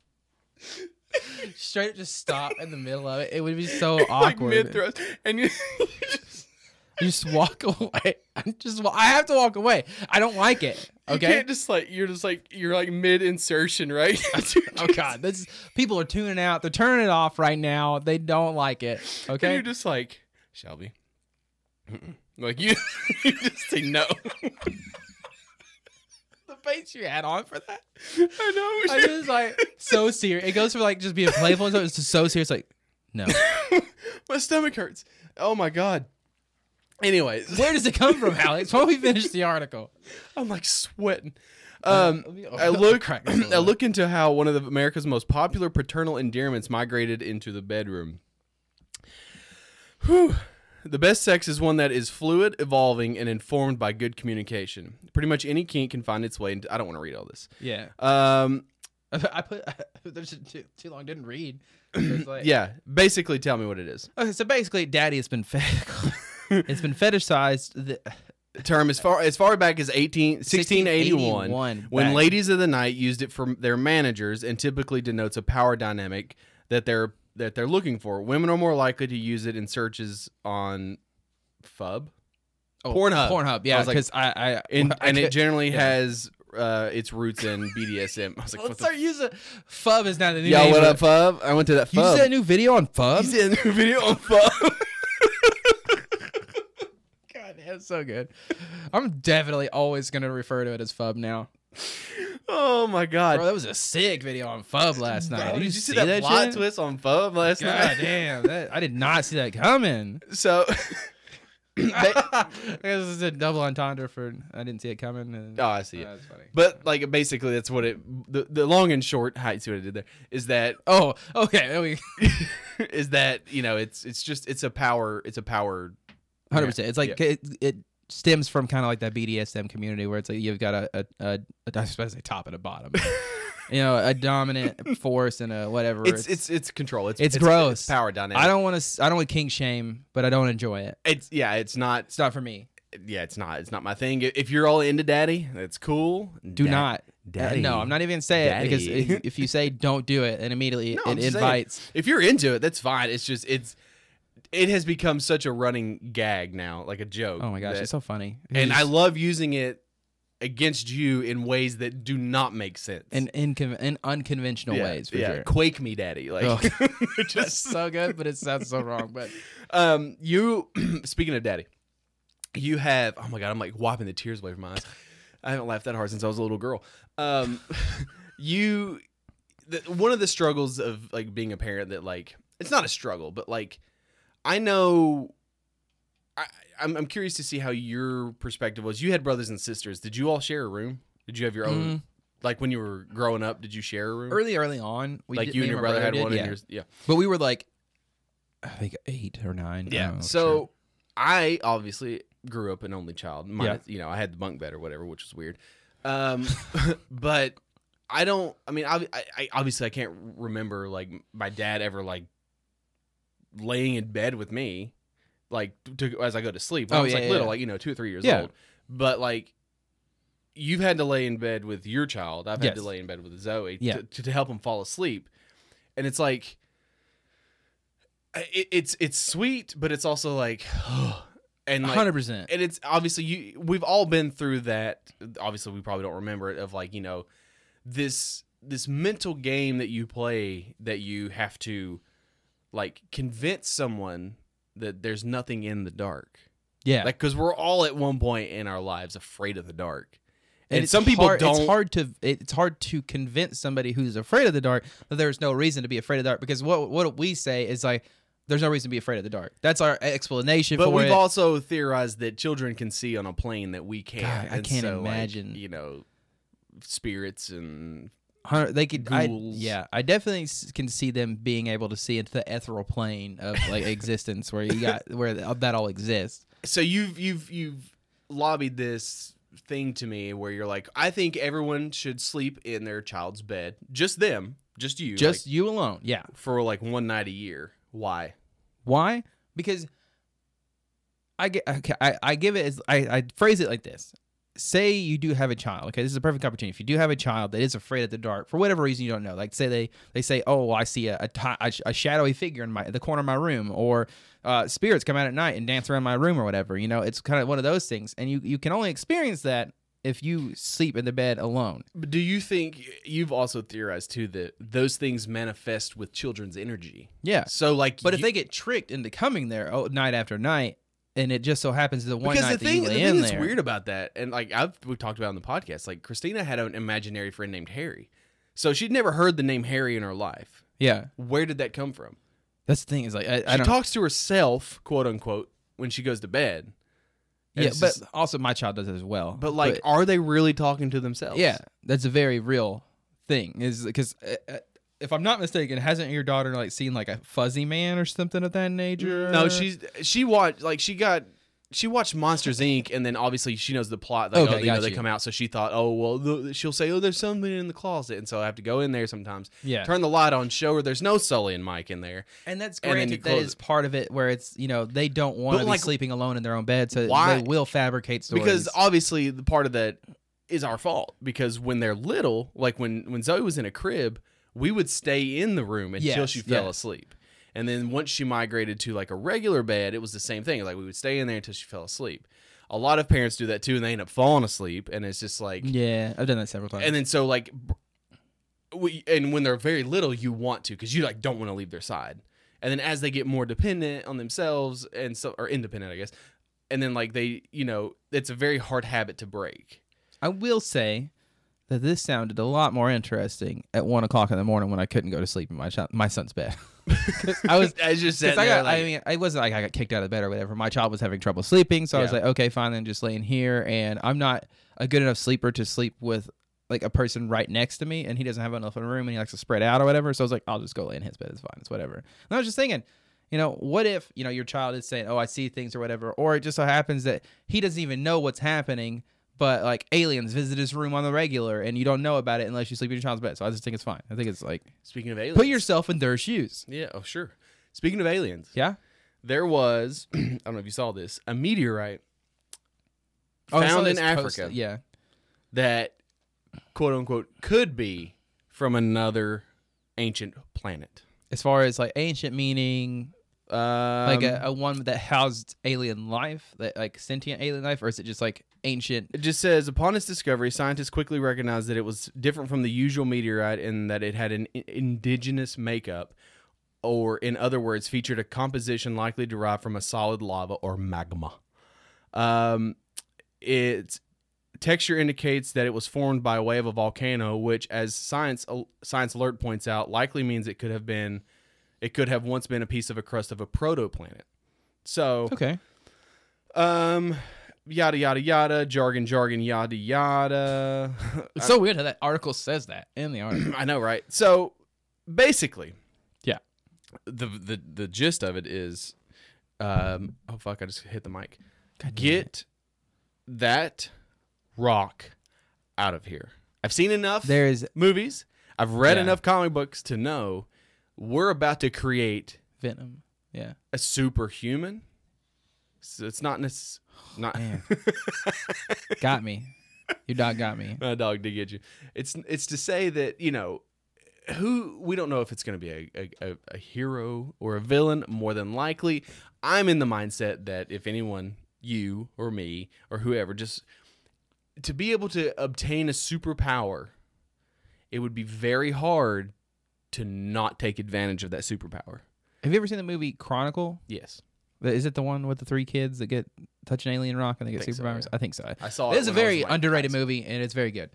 Speaker 2: Straight up, just stop in the middle of it. It would be so
Speaker 1: like
Speaker 2: awkward.
Speaker 1: mid thrust. And you, you just.
Speaker 2: You just walk away. I just wa- I have to walk away. I don't like it.
Speaker 1: You
Speaker 2: Okay.
Speaker 1: can't just like, you're just like, you're like mid insertion, right?
Speaker 2: oh God, this is, people are tuning out. They're turning it off right now. They don't like it.
Speaker 1: And
Speaker 2: Okay.
Speaker 1: you're just like, Shelby. Mm-mm. Like you, you just say no.
Speaker 2: the face you had on for that.
Speaker 1: I know.
Speaker 2: I was like so serious. It goes from like just being playful and stuff to so serious. Like, no.
Speaker 1: My stomach hurts. Oh my god. Anyways,
Speaker 2: Where does it come from, Alex? Why don't we finish the article?
Speaker 1: I'm like sweating. Um,
Speaker 2: let me-
Speaker 1: I look,
Speaker 2: Uh, oh, crack this a
Speaker 1: I
Speaker 2: little
Speaker 1: look into how one of the- America's most popular paternal endearments migrated into the bedroom. Whew. The best sex is one that is fluid, evolving, and informed by good communication. Pretty much any kink can find its way. Into, I don't want to read all this.
Speaker 2: Yeah.
Speaker 1: Um,
Speaker 2: I put there's too, too long. Didn't read. So it's like-
Speaker 1: yeah, basically, tell me what it is.
Speaker 2: Okay. So basically, daddy has been fe- it's been fetishized. The,
Speaker 1: term as far as far back as 18, 1681
Speaker 2: 1681,
Speaker 1: when
Speaker 2: back.
Speaker 1: ladies of the night used it for their managers and typically denotes a power dynamic that they're that they're looking for women are more likely to use it in searches on fub
Speaker 2: oh,
Speaker 1: Pornhub.
Speaker 2: Pornhub.
Speaker 1: I
Speaker 2: Yeah.
Speaker 1: was like-
Speaker 2: Because I, I,
Speaker 1: and,
Speaker 2: I
Speaker 1: and it
Speaker 2: could-
Speaker 1: generally
Speaker 2: yeah.
Speaker 1: has uh, its roots in BDSM. I was like, what
Speaker 2: Let's
Speaker 1: the
Speaker 2: start using Fub is now the new
Speaker 1: Yo,
Speaker 2: name
Speaker 1: what
Speaker 2: for
Speaker 1: up, Fub? I went to that
Speaker 2: You
Speaker 1: Fub.
Speaker 2: see that new video on
Speaker 1: You
Speaker 2: Fub?
Speaker 1: see that new video on Fub?
Speaker 2: God, that's so good. I'm definitely always gonna refer to it as Fub now.
Speaker 1: oh my god.
Speaker 2: Bro, that was a sick video on Fub last night.
Speaker 1: Bro,
Speaker 2: did,
Speaker 1: did you see that, plot
Speaker 2: shit?
Speaker 1: twist on Fub last
Speaker 2: God
Speaker 1: night?
Speaker 2: damn, that, I did not see that coming.
Speaker 1: So
Speaker 2: They- this is a double entendre for I didn't see it coming. and-
Speaker 1: Oh, I see it.
Speaker 2: That's funny.
Speaker 1: But like basically that's what it the, the long and short, hi, see what I did there, is that
Speaker 2: Oh, okay. There we
Speaker 1: is that, you know, it's it's just it's a power it's a power
Speaker 2: hundred percent. It's like
Speaker 1: Yeah.
Speaker 2: it, it stems from kind of like that BDSM community where it's like you've got a, a, a, a I was supposed to say top and a bottom, you know, a dominant force and a whatever.
Speaker 1: it's it's it's control. It's
Speaker 2: It's gross.
Speaker 1: power dynamic.
Speaker 2: I don't want to. I don't want king shame, but I don't enjoy it.
Speaker 1: it's yeah, it's not
Speaker 2: It's not for me.
Speaker 1: yeah, it's not it's not my thing. If you're all into daddy, that's cool.
Speaker 2: Do
Speaker 1: Da-
Speaker 2: not. Uh,
Speaker 1: Daddy.
Speaker 2: No, I'm not even gonna say it because
Speaker 1: Daddy.
Speaker 2: if, if you say don't do it, then immediately
Speaker 1: No, I'm
Speaker 2: it
Speaker 1: just saying,
Speaker 2: invites.
Speaker 1: if you're into it, that's fine. It's just it's it has become such a running gag now, like a joke.
Speaker 2: Oh my gosh,
Speaker 1: that-
Speaker 2: it's so funny.
Speaker 1: and I
Speaker 2: Just-
Speaker 1: love using it against you in ways that do not make sense.
Speaker 2: in incon- in unconventional
Speaker 1: yeah,
Speaker 2: ways for
Speaker 1: yeah,
Speaker 2: sure. Oh.
Speaker 1: quake me, daddy. Like
Speaker 2: That's
Speaker 1: just
Speaker 2: so good, but it sounds so wrong. But
Speaker 1: um, you. speaking of daddy, you have. Oh my god, I'm like wiping the tears away from my eyes. I haven't laughed that hard since I was a little girl. Um, you. The, one of the struggles of like being a parent that like it's not a struggle, but like I know. I, I'm, I'm curious to see how your perspective was. You had brothers and sisters. Did you all share a room? Did you have your own? Like when you were growing up, did you share a room?
Speaker 2: Mm-hmm. mm, early, early on, we
Speaker 1: like
Speaker 2: did-
Speaker 1: you
Speaker 2: me
Speaker 1: and your
Speaker 2: my
Speaker 1: brother, had
Speaker 2: did,
Speaker 1: one.
Speaker 2: Yeah.
Speaker 1: And yours, yeah.
Speaker 2: But we were like, I think eight or nine. I
Speaker 1: Yeah.
Speaker 2: don't know,
Speaker 1: so
Speaker 2: Oh, sure.
Speaker 1: I obviously grew up an only child. Mine,
Speaker 2: Yeah.
Speaker 1: You know, I had the bunk bed or whatever, which was weird. Um, but I don't. I mean, I, I, I obviously I can't remember like my dad ever like laying in bed with me, like to, as I go to sleep. When I
Speaker 2: Oh,
Speaker 1: was
Speaker 2: yeah,
Speaker 1: like
Speaker 2: yeah,
Speaker 1: little,
Speaker 2: yeah.
Speaker 1: like you know, two or three years
Speaker 2: Yeah.
Speaker 1: old. But like. You've had to lay in bed with your child. I've had
Speaker 2: Yes.
Speaker 1: to lay in bed with Zoe
Speaker 2: Yeah.
Speaker 1: to, to, to help him fall asleep, and it's like it, it's it's sweet, but it's also like, and like,
Speaker 2: hundred percent.
Speaker 1: and it's obviously you. We've all been through that. Obviously, we probably don't remember it. Of like you know, this this mental game that you play that you have to like convince someone that there's nothing in the dark.
Speaker 2: Yeah.
Speaker 1: Like because we're all at one point in our lives afraid of the dark, and,
Speaker 2: it's
Speaker 1: some people
Speaker 2: hard,
Speaker 1: don't.
Speaker 2: It's hard to it's hard to convince somebody who's afraid of the dark that there's no reason to be afraid of the dark because what what we say is like there's no reason to be afraid of the dark. That's our explanation
Speaker 1: But
Speaker 2: for
Speaker 1: we've
Speaker 2: it.
Speaker 1: also theorized that children can see on a plane that we can't.
Speaker 2: God, I
Speaker 1: and
Speaker 2: can't
Speaker 1: so, like,
Speaker 2: imagine.
Speaker 1: you know, spirits and
Speaker 2: Hun- they could I,
Speaker 1: Ghouls.
Speaker 2: yeah i definitely s- can see them being able to see into the ethereal plane of like existence where you got where th- that all exists
Speaker 1: so you've you've you've lobbied this thing to me where you're like, I think everyone should sleep in their child's bed, just them, just you,
Speaker 2: just you alone yeah
Speaker 1: like, for like one night a year. Why?
Speaker 2: why because i get okay, I, I give it as I, I phrase it like this say you do have a child okay this is a perfect opportunity if you do have a child that is afraid of the dark for whatever reason you don't know like say they they say oh well, i see a, a, ti- a sh- a shadowy figure in my the corner of my room or uh, spirits come out at night and dance around my room or whatever you know it's kind of one of those things and you you can only experience that if you sleep in the bed alone
Speaker 1: But do you think you've also theorized too that those things manifest with children's energy?
Speaker 2: yeah
Speaker 1: So like,
Speaker 2: Uh, but if
Speaker 1: you-
Speaker 2: they get tricked into coming there oh, night after night and it just so happens the one
Speaker 1: because
Speaker 2: night
Speaker 1: the thing,
Speaker 2: that
Speaker 1: the
Speaker 2: you lay
Speaker 1: thing
Speaker 2: in
Speaker 1: that's
Speaker 2: there
Speaker 1: weird about that, and like I've we talked about it on the podcast, like Christina had an imaginary friend named Harry, so she'd never heard the name Harry in her life.
Speaker 2: yeah
Speaker 1: Where did that come from?
Speaker 2: That's the thing is like I, I
Speaker 1: she
Speaker 2: don't.
Speaker 1: talks to herself, quote unquote, when she goes to bed.
Speaker 2: yeah,
Speaker 1: it's
Speaker 2: but
Speaker 1: just-
Speaker 2: also my child does it as well.
Speaker 1: But like, are they really talking to themselves?
Speaker 2: yeah, that's a very real thing. Is because uh, uh, if I'm not mistaken, hasn't your daughter like seen like a fuzzy man or something of that nature?
Speaker 1: No, she's she watched like she got she watched Monsters Inc. and then obviously she knows the plot. Like,
Speaker 2: Okay,
Speaker 1: oh, you
Speaker 2: got
Speaker 1: know, they
Speaker 2: you.
Speaker 1: come out, so she thought, oh well, th- she'll say, oh, there's something in the closet, and so I have to go in there sometimes.
Speaker 2: Yeah.
Speaker 1: Turn the light on, show her there's no Sully and Mike in there.
Speaker 2: and that's
Speaker 1: and then
Speaker 2: granted.
Speaker 1: you
Speaker 2: that
Speaker 1: close
Speaker 2: is
Speaker 1: it.
Speaker 2: part of it where it's you know they don't want to
Speaker 1: But, like,
Speaker 2: be sleeping alone in their own bed, so
Speaker 1: why-
Speaker 2: they will fabricate stories.
Speaker 1: because obviously the part of that is our fault because when they're little like when when zoe was in a crib we would stay in the room until
Speaker 2: Yes,
Speaker 1: she fell
Speaker 2: yeah.
Speaker 1: asleep and then once she migrated to like a regular bed it was the same thing like we would stay in there until she fell asleep a lot of parents do that too and they end up falling asleep and it's just like
Speaker 2: yeah, I've done that several times.
Speaker 1: and then so like b- we, and when they're very little you want to because you like don't want to leave their side and then as they get more dependent on themselves and so or independent i guess and then like they you know it's a very hard habit to break
Speaker 2: I will say that this sounded a lot more interesting at one o'clock in the morning when I couldn't go to sleep in my child, my son's bed. 'Cause I was
Speaker 1: I just said
Speaker 2: Because I got, I mean, I wasn't like I got kicked out of bed or whatever. My child was having trouble sleeping, so I was
Speaker 1: Yeah.
Speaker 2: like, okay, fine, then just laying here. And I'm not a good enough sleeper to sleep with like a person right next to me, and he doesn't have enough of a room, and he likes to spread out or whatever. So I was like, I'll just go lay in his bed. It's fine. It's whatever. And I was just thinking, you know, what if you know your child is saying, oh, I see things or whatever, or it just so happens that he doesn't even know what's happening. But like aliens visit his room on the regular, and you don't know about it unless you sleep in your child's bed. So I just think it's fine. I think it's like
Speaker 1: speaking of aliens,
Speaker 2: put yourself in their shoes.
Speaker 1: yeah, oh sure. Speaking of aliens,
Speaker 2: Yeah.
Speaker 1: there was I don't know if you saw this a meteorite
Speaker 2: Oh, I saw
Speaker 1: found in
Speaker 2: this
Speaker 1: Africa
Speaker 2: post- yeah.
Speaker 1: that quote unquote could be from another ancient planet.
Speaker 2: as far as like ancient meaning
Speaker 1: Um,
Speaker 2: like uh, a, a one that housed alien life that like sentient alien life or is it just like ancient
Speaker 1: It just says upon its discovery, scientists quickly recognized that it was different from the usual meteorite in that it had an i- indigenous makeup, or in other words, featured a composition likely derived from a solid lava or magma. Um, its texture indicates that it was formed by way of a volcano, which, as science Al- science alert points out, likely means it could have been, it could have once been a piece of a crust of a protoplanet. So
Speaker 2: okay
Speaker 1: um, yada yada yada, jargon jargon yada yada.
Speaker 2: it's so weird how that article says that in the article
Speaker 1: I know, right? So basically,
Speaker 2: Yeah.
Speaker 1: The the the gist of it is, um, oh fuck, I just hit the mic. Get that rock out of here. I've seen enough
Speaker 2: there is
Speaker 1: movies. I've read
Speaker 2: Yeah.
Speaker 1: enough comic books to know we're about to create
Speaker 2: venom yeah
Speaker 1: a superhuman. So it's not necess- not
Speaker 2: Man. got me your dog got me
Speaker 1: My dog did get you. It's it's to say that you know who we don't know if it's going to be a, a, a, a hero or a villain. More than likely, I'm in the mindset that if anyone, you or me or whoever, just to be able to obtain a superpower, it would be very hard to not take advantage of that superpower.
Speaker 2: have you ever seen the movie chronicle
Speaker 1: Yes,
Speaker 2: is it the one with the three kids that get touch an alien rock and they get
Speaker 1: Think so,
Speaker 2: superpowers i think so
Speaker 1: I saw.
Speaker 2: It's
Speaker 1: it
Speaker 2: a
Speaker 1: when I was
Speaker 2: very
Speaker 1: in, like,
Speaker 2: underrated
Speaker 1: high school.
Speaker 2: movie, and it's very good.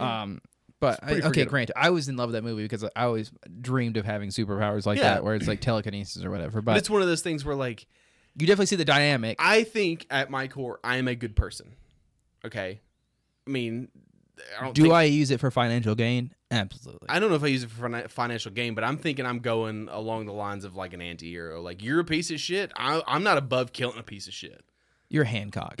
Speaker 2: Um, but I,
Speaker 1: pretty
Speaker 2: okay,
Speaker 1: forgettable.
Speaker 2: granted, I was in love with that movie because I always dreamed of having superpowers like
Speaker 1: Yeah.
Speaker 2: that, where it's like telekinesis or whatever.
Speaker 1: But
Speaker 2: But
Speaker 1: it's one of those things where like
Speaker 2: you definitely see the dynamic.
Speaker 1: I think at my core, I am a good person. Okay, I mean, I don't.
Speaker 2: Do
Speaker 1: think,
Speaker 2: I use it for financial gain? Absolutely.
Speaker 1: I don't know if I use it for fin- financial gain, but I'm thinking I'm going along the lines of like an anti-hero. Like you're a piece of shit. I, I'm not above killing a piece of shit.
Speaker 2: you're Hancock.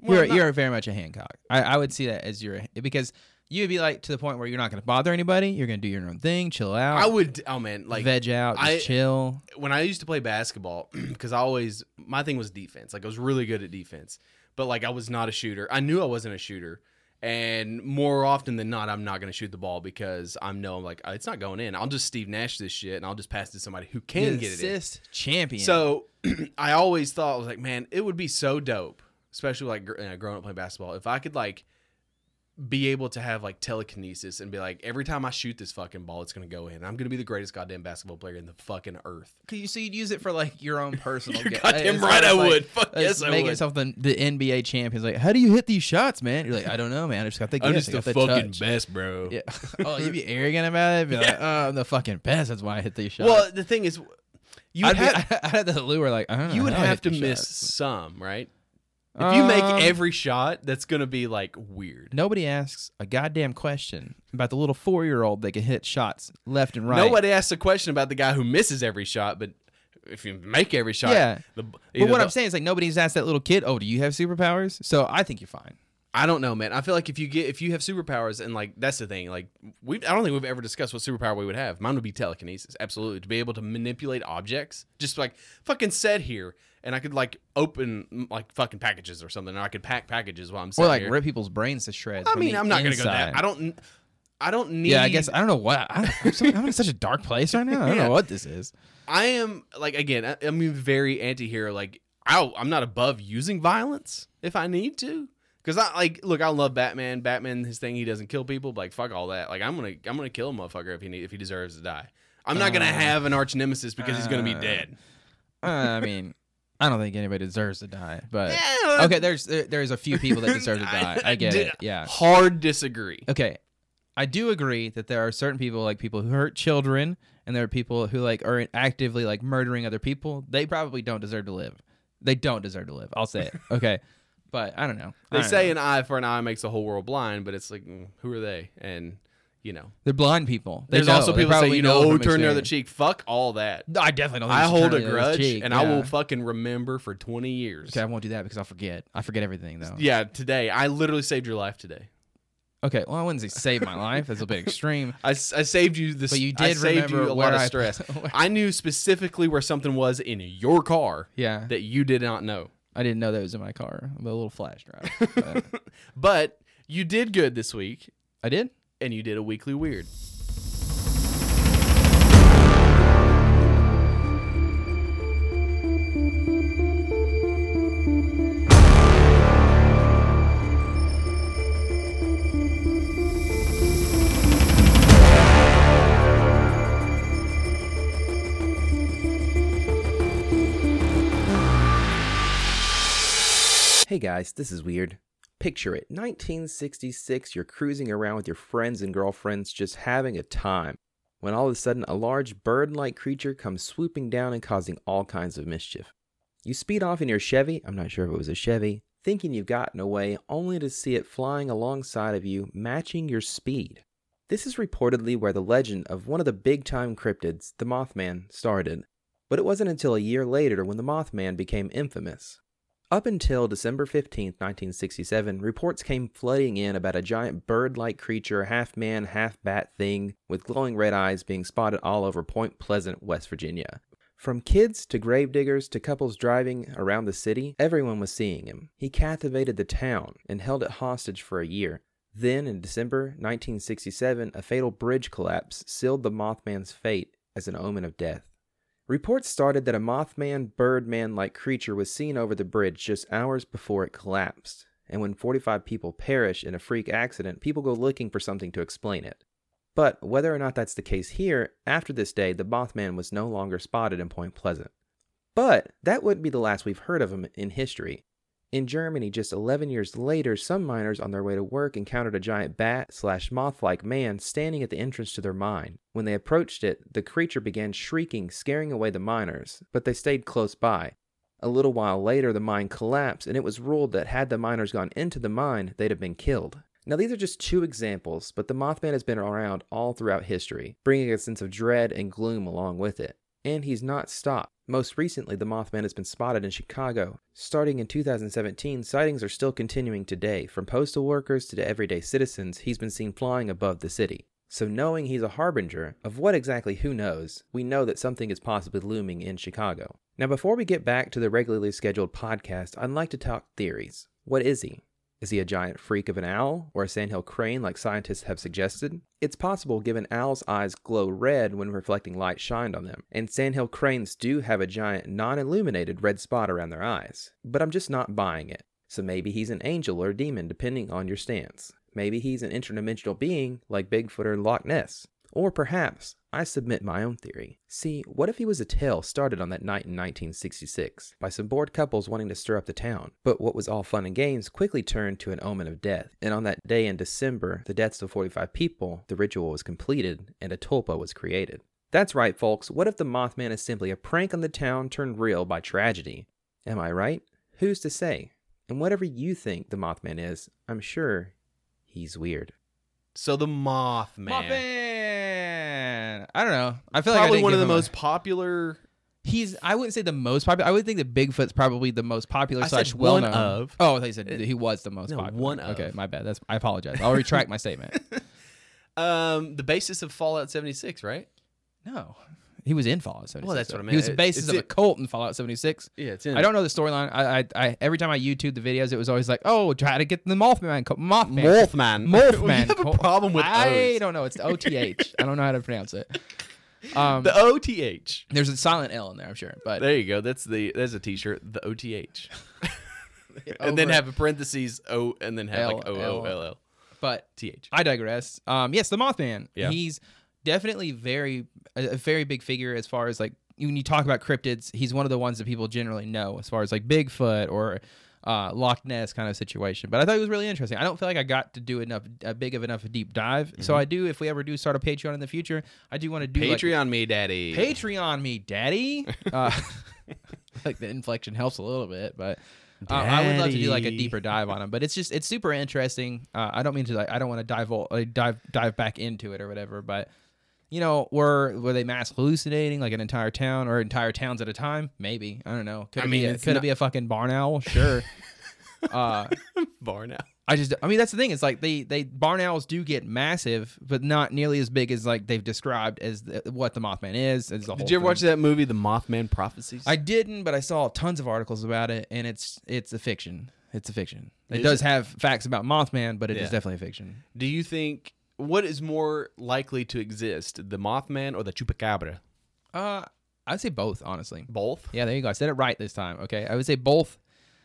Speaker 1: Well,
Speaker 2: you're
Speaker 1: not-
Speaker 2: you're very much a Hancock. I, I would see that as your because you'd be like to the point where you're not going to bother anybody. You're going to do your own thing, chill out,
Speaker 1: I would. Oh man, like
Speaker 2: veg out, just
Speaker 1: I-
Speaker 2: chill.
Speaker 1: when I used to play basketball, because I always my thing was defense. Like I was really good at defense, but like I was not a shooter. I knew I wasn't a shooter, and more often than not, I'm not going to shoot the ball because I'm no like "Oh, it's not going in. I'll just Steve Nash this shit, and I'll just pass it to somebody who can
Speaker 2: You're the
Speaker 1: get it. In.
Speaker 2: assist champion.
Speaker 1: So I always thought I was like, man, it would be so dope, especially like gr- uh, growing up playing basketball, if I could like be able to have like telekinesis and be like, every time I shoot this fucking ball, it's going to go in. I'm going to be the greatest goddamn basketball player in the fucking earth.
Speaker 2: Could you so you'd use it for like your own personal.
Speaker 1: You're
Speaker 2: ga-
Speaker 1: goddamn
Speaker 2: as
Speaker 1: right
Speaker 2: far as,
Speaker 1: I
Speaker 2: like,
Speaker 1: would. Fuck
Speaker 2: as
Speaker 1: yes, I
Speaker 2: making
Speaker 1: would.
Speaker 2: something the NBA champions like, how do you hit these shots, man? You're like, I don't know, man. I just got the
Speaker 1: I'm
Speaker 2: gift.
Speaker 1: just
Speaker 2: I
Speaker 1: the
Speaker 2: got
Speaker 1: fucking
Speaker 2: touch."
Speaker 1: best, bro.
Speaker 2: Yeah. oh, you'd be arrogant about it. Be like, oh, I'm the fucking best. That's why I hit these shots.
Speaker 1: Well, the thing is, you would
Speaker 2: I'd
Speaker 1: have,
Speaker 2: be, I had the lure like, I don't know
Speaker 1: you would
Speaker 2: how I
Speaker 1: have to
Speaker 2: hit these
Speaker 1: miss
Speaker 2: shots.
Speaker 1: some, right? If you make
Speaker 2: Um,
Speaker 1: every shot, that's going to be like weird.
Speaker 2: Nobody asks a goddamn question about the little four year old that can hit shots left and right.
Speaker 1: Nobody asks a question about the guy who misses every shot, but if you make every shot,
Speaker 2: Yeah.
Speaker 1: The,
Speaker 2: But what I'm saying is like nobody's asked that little kid, oh, do you have superpowers? So I think you're fine.
Speaker 1: I don't know, man. I feel like if you get if you have superpowers and like that's the thing, like we I don't think we've ever discussed what superpower we would have. Mine would be telekinesis, absolutely, to be able to manipulate objects. Just like fucking set here, and I could like open mm, like fucking packages or something, or I could pack packages while I'm sitting
Speaker 2: Or like
Speaker 1: here.
Speaker 2: rip people's brains to shreds.
Speaker 1: I
Speaker 2: from
Speaker 1: mean,
Speaker 2: the
Speaker 1: I'm not gonna go
Speaker 2: inside.
Speaker 1: that. I don't. I don't need.
Speaker 2: Yeah, I guess I don't know what I, I'm, so- I'm in such a dark place right now. I don't
Speaker 1: Yeah.
Speaker 2: know what this is.
Speaker 1: I am like again. I, I'm very anti-hero. Like I, I'm not above using violence if I need to. Because I like look, I love Batman. Batman, his thing, he doesn't kill people. But like fuck all that. Like I'm gonna, I'm gonna kill a motherfucker if he need, if he deserves to die. I'm not gonna
Speaker 2: Uh,
Speaker 1: have an arch nemesis because he's gonna be
Speaker 2: uh,
Speaker 1: dead.
Speaker 2: Uh, I mean, I don't think anybody deserves to die, but
Speaker 1: Yeah,
Speaker 2: okay, there's there, there's a few people that deserve to die. I get
Speaker 1: did-
Speaker 2: it. Yeah.
Speaker 1: Hard disagree.
Speaker 2: Okay, I do agree that there are certain people like people who hurt children and there are people who like are actively like murdering other people. They probably don't deserve to live. They don't deserve to live. I'll say it. Okay. but I don't know. I
Speaker 1: They
Speaker 2: don't
Speaker 1: say
Speaker 2: know.
Speaker 1: an eye for an eye makes the whole world blind, but it's like, mm, who are they? And you know,
Speaker 2: they're blind people. They
Speaker 1: there's
Speaker 2: know.
Speaker 1: also
Speaker 2: They
Speaker 1: people that say,
Speaker 2: probably
Speaker 1: you know, oh,
Speaker 2: from
Speaker 1: turn the other cheek.
Speaker 2: experience.
Speaker 1: Fuck all that.
Speaker 2: No, I definitely don't. Think
Speaker 1: I
Speaker 2: you should
Speaker 1: hold
Speaker 2: turn
Speaker 1: a
Speaker 2: the other
Speaker 1: grudge,
Speaker 2: cheek.
Speaker 1: and I
Speaker 2: Yeah.
Speaker 1: will fucking remember for 20 years.
Speaker 2: Okay, I won't do that because I'll forget. I forget everything though.
Speaker 1: Yeah, today I literally saved your life today.
Speaker 2: Okay. Well, I wouldn't say save my life. That's a bit extreme.
Speaker 1: I, s- I saved you this.
Speaker 2: But you
Speaker 1: I
Speaker 2: did
Speaker 1: saved you
Speaker 2: remember
Speaker 1: a
Speaker 2: where
Speaker 1: lot of
Speaker 2: I-
Speaker 1: stress. I knew specifically where something was in your car
Speaker 2: Yeah.
Speaker 1: that you did not know,
Speaker 2: I didn't know that was in my car. I'm a little flash drive. but
Speaker 1: but you did good this week,
Speaker 2: I did.
Speaker 1: and you did a weekly weird.
Speaker 3: Hey guys, this is weird. Picture it 1966, you're cruising around with your friends and girlfriends just having a time, when all of a sudden a large bird like creature comes swooping down and causing all kinds of mischief. You speed off in your Chevy, I'm not sure if it was a Chevy, thinking you've gotten away, only to see it flying alongside of you, matching your speed. This is reportedly where the legend of one of the big time cryptids, the Mothman, started, but it wasn't until a year later when the Mothman became infamous. Up until December 15, 1967, reports came flooding in about a giant bird like creature, half man, half bat thing, with glowing red eyes being spotted all over Point Pleasant, West Virginia. From kids to gravediggers to couples driving around the city, everyone was seeing him. He captivated the town and held it hostage for a year. Then, in December 1967, a fatal bridge collapse sealed the Mothman's fate as an omen of death. Reports started that a Mothman, Birdman like creature was seen over the bridge just hours before it collapsed. And when 45 people perish in a freak accident, people go looking for something to explain it. But whether or not that's the case here, after this day, the Mothman was no longer spotted in Point Pleasant. But that wouldn't be the last we've heard of him in history. In Germany, just 11 years later, some miners on their way to work encountered a giant bat slash moth like man standing at the entrance to their mine. When they approached it, the creature began shrieking, scaring away the miners, but they stayed close by. A little while later, the mine collapsed, and it was ruled that had the miners gone into the mine, they'd have been killed. Now, these are just two examples, but the Mothman has been around all throughout history, bringing a sense of dread and gloom along with it. And he's not stopped. Most recently, the Mothman has been spotted in Chicago. Starting in 2017, sightings are still continuing today. From postal workers to everyday citizens, he's been seen flying above the city. So, knowing he's a harbinger of what exactly, who knows, we know that something is possibly looming in Chicago. Now, before we get back to the regularly scheduled podcast, I'd like to talk theories. What is he? Is he a giant freak of an owl or a sandhill crane like scientists have suggested? It's possible given owls' eyes glow red when reflecting light shined on them, and sandhill cranes do have a giant non illuminated red spot around their eyes. But I'm just not buying it. So maybe he's an angel or demon depending on your stance. Maybe he's an interdimensional being like Bigfoot or Loch Ness. Or perhaps I submit my own theory. See, what if he was a tale started on that night in 1966 by some bored couples wanting to stir up the town? But what was all fun and games quickly turned to an omen of death. And on that day in December, the deaths of 45 people, the ritual was completed and a tulpa was created. That's right, folks. What if the Mothman is simply a prank on the town turned real by tragedy? Am I right? Who's to say? And whatever you think the Mothman is, I'm sure he's weird.
Speaker 1: So the Mothman,
Speaker 2: Mothman. I don't know. I feel like I
Speaker 1: probably
Speaker 2: didn't
Speaker 1: one of the
Speaker 2: give him a-
Speaker 1: most popular.
Speaker 2: He's. I wouldn't say the most popular. I would think that Bigfoot's probably the most popular
Speaker 1: I said
Speaker 2: slash well
Speaker 1: one
Speaker 2: known
Speaker 1: of. Uh,
Speaker 2: Oh, they said that he was the most
Speaker 1: No,
Speaker 2: popular.
Speaker 1: one of.
Speaker 2: Okay, my bad. That's. I apologize. I'll retract my statement.
Speaker 1: Um, the basis of Fallout 76, right?
Speaker 2: No, he was in Fallout 76.
Speaker 1: Well, that's what I
Speaker 2: He
Speaker 1: meant.
Speaker 2: was the basis
Speaker 1: Is
Speaker 2: of a
Speaker 1: it-
Speaker 2: cult in Fallout 76.
Speaker 1: Yeah, it's in.
Speaker 2: I don't know the storyline. I, I, I every time I YouTube the videos, it was always like, oh, try to get the Mothman, co- Mothman,
Speaker 1: Mothman.
Speaker 2: Mothman.
Speaker 1: You have a
Speaker 2: cult.
Speaker 1: problem with
Speaker 2: I
Speaker 1: O's.
Speaker 2: don't know. It's the OTH. I don't know how to pronounce it. Um,
Speaker 1: The OTH.
Speaker 2: there's a silent L in there, I'm sure, but
Speaker 1: There you go. That's the that's a T-shirt. The OTH, and then
Speaker 2: Over-
Speaker 1: have a parentheses O, and then have like O
Speaker 2: L,
Speaker 1: O
Speaker 2: L.
Speaker 1: L L
Speaker 2: but
Speaker 1: T H.
Speaker 2: I digress. Um, yes, the Mothman.
Speaker 1: Yeah.
Speaker 2: He's definitely very a, a very big figure as far as like when you talk about cryptids, he's one of the ones that people generally know as far as like Bigfoot or uh, Loch Ness kind of situation. But I thought it was really interesting. I don't feel like I got to do enough, a big of enough deep dive. So I do, if we ever do start a Patreon in the future, I do want to do like,
Speaker 1: Mm-hmm. Patreon me, daddy.
Speaker 2: Patreon me, daddy. Uh, like the inflection helps a little bit, but uh, I would love to do like a
Speaker 1: Daddy.
Speaker 2: deeper dive on them. But it's just it's super interesting. Uh, I don't mean to like I don't want to dive all, like, dive dive back into it or whatever, but you know, were were they mass hallucinating like an entire town or entire towns at a time? Maybe I don't know.
Speaker 1: I
Speaker 2: Could it
Speaker 1: mean,
Speaker 2: be a,
Speaker 1: it's
Speaker 2: could it
Speaker 1: not-
Speaker 2: be a fucking barn owl? Sure. uh,
Speaker 1: Barn out.
Speaker 2: I just, I mean, that's the thing. It's like they, they barn owls do get massive, but not nearly as big as like they've described as the, what the Mothman is. Is the whole
Speaker 1: Did you ever
Speaker 2: thing.
Speaker 1: watch that movie, The Mothman Prophecies?
Speaker 2: I didn't, but I saw tons of articles about it, and it's it's a fiction. It's a fiction. It
Speaker 1: Is
Speaker 2: does have facts about Mothman, but it is
Speaker 1: Yeah.
Speaker 2: definitely a fiction.
Speaker 1: Do you think what is more likely to exist, the Mothman or the Chupacabra?
Speaker 2: Uh, I'd say both, honestly.
Speaker 1: Both.
Speaker 2: Yeah, there you go. I said it right this time. Okay, I would say both.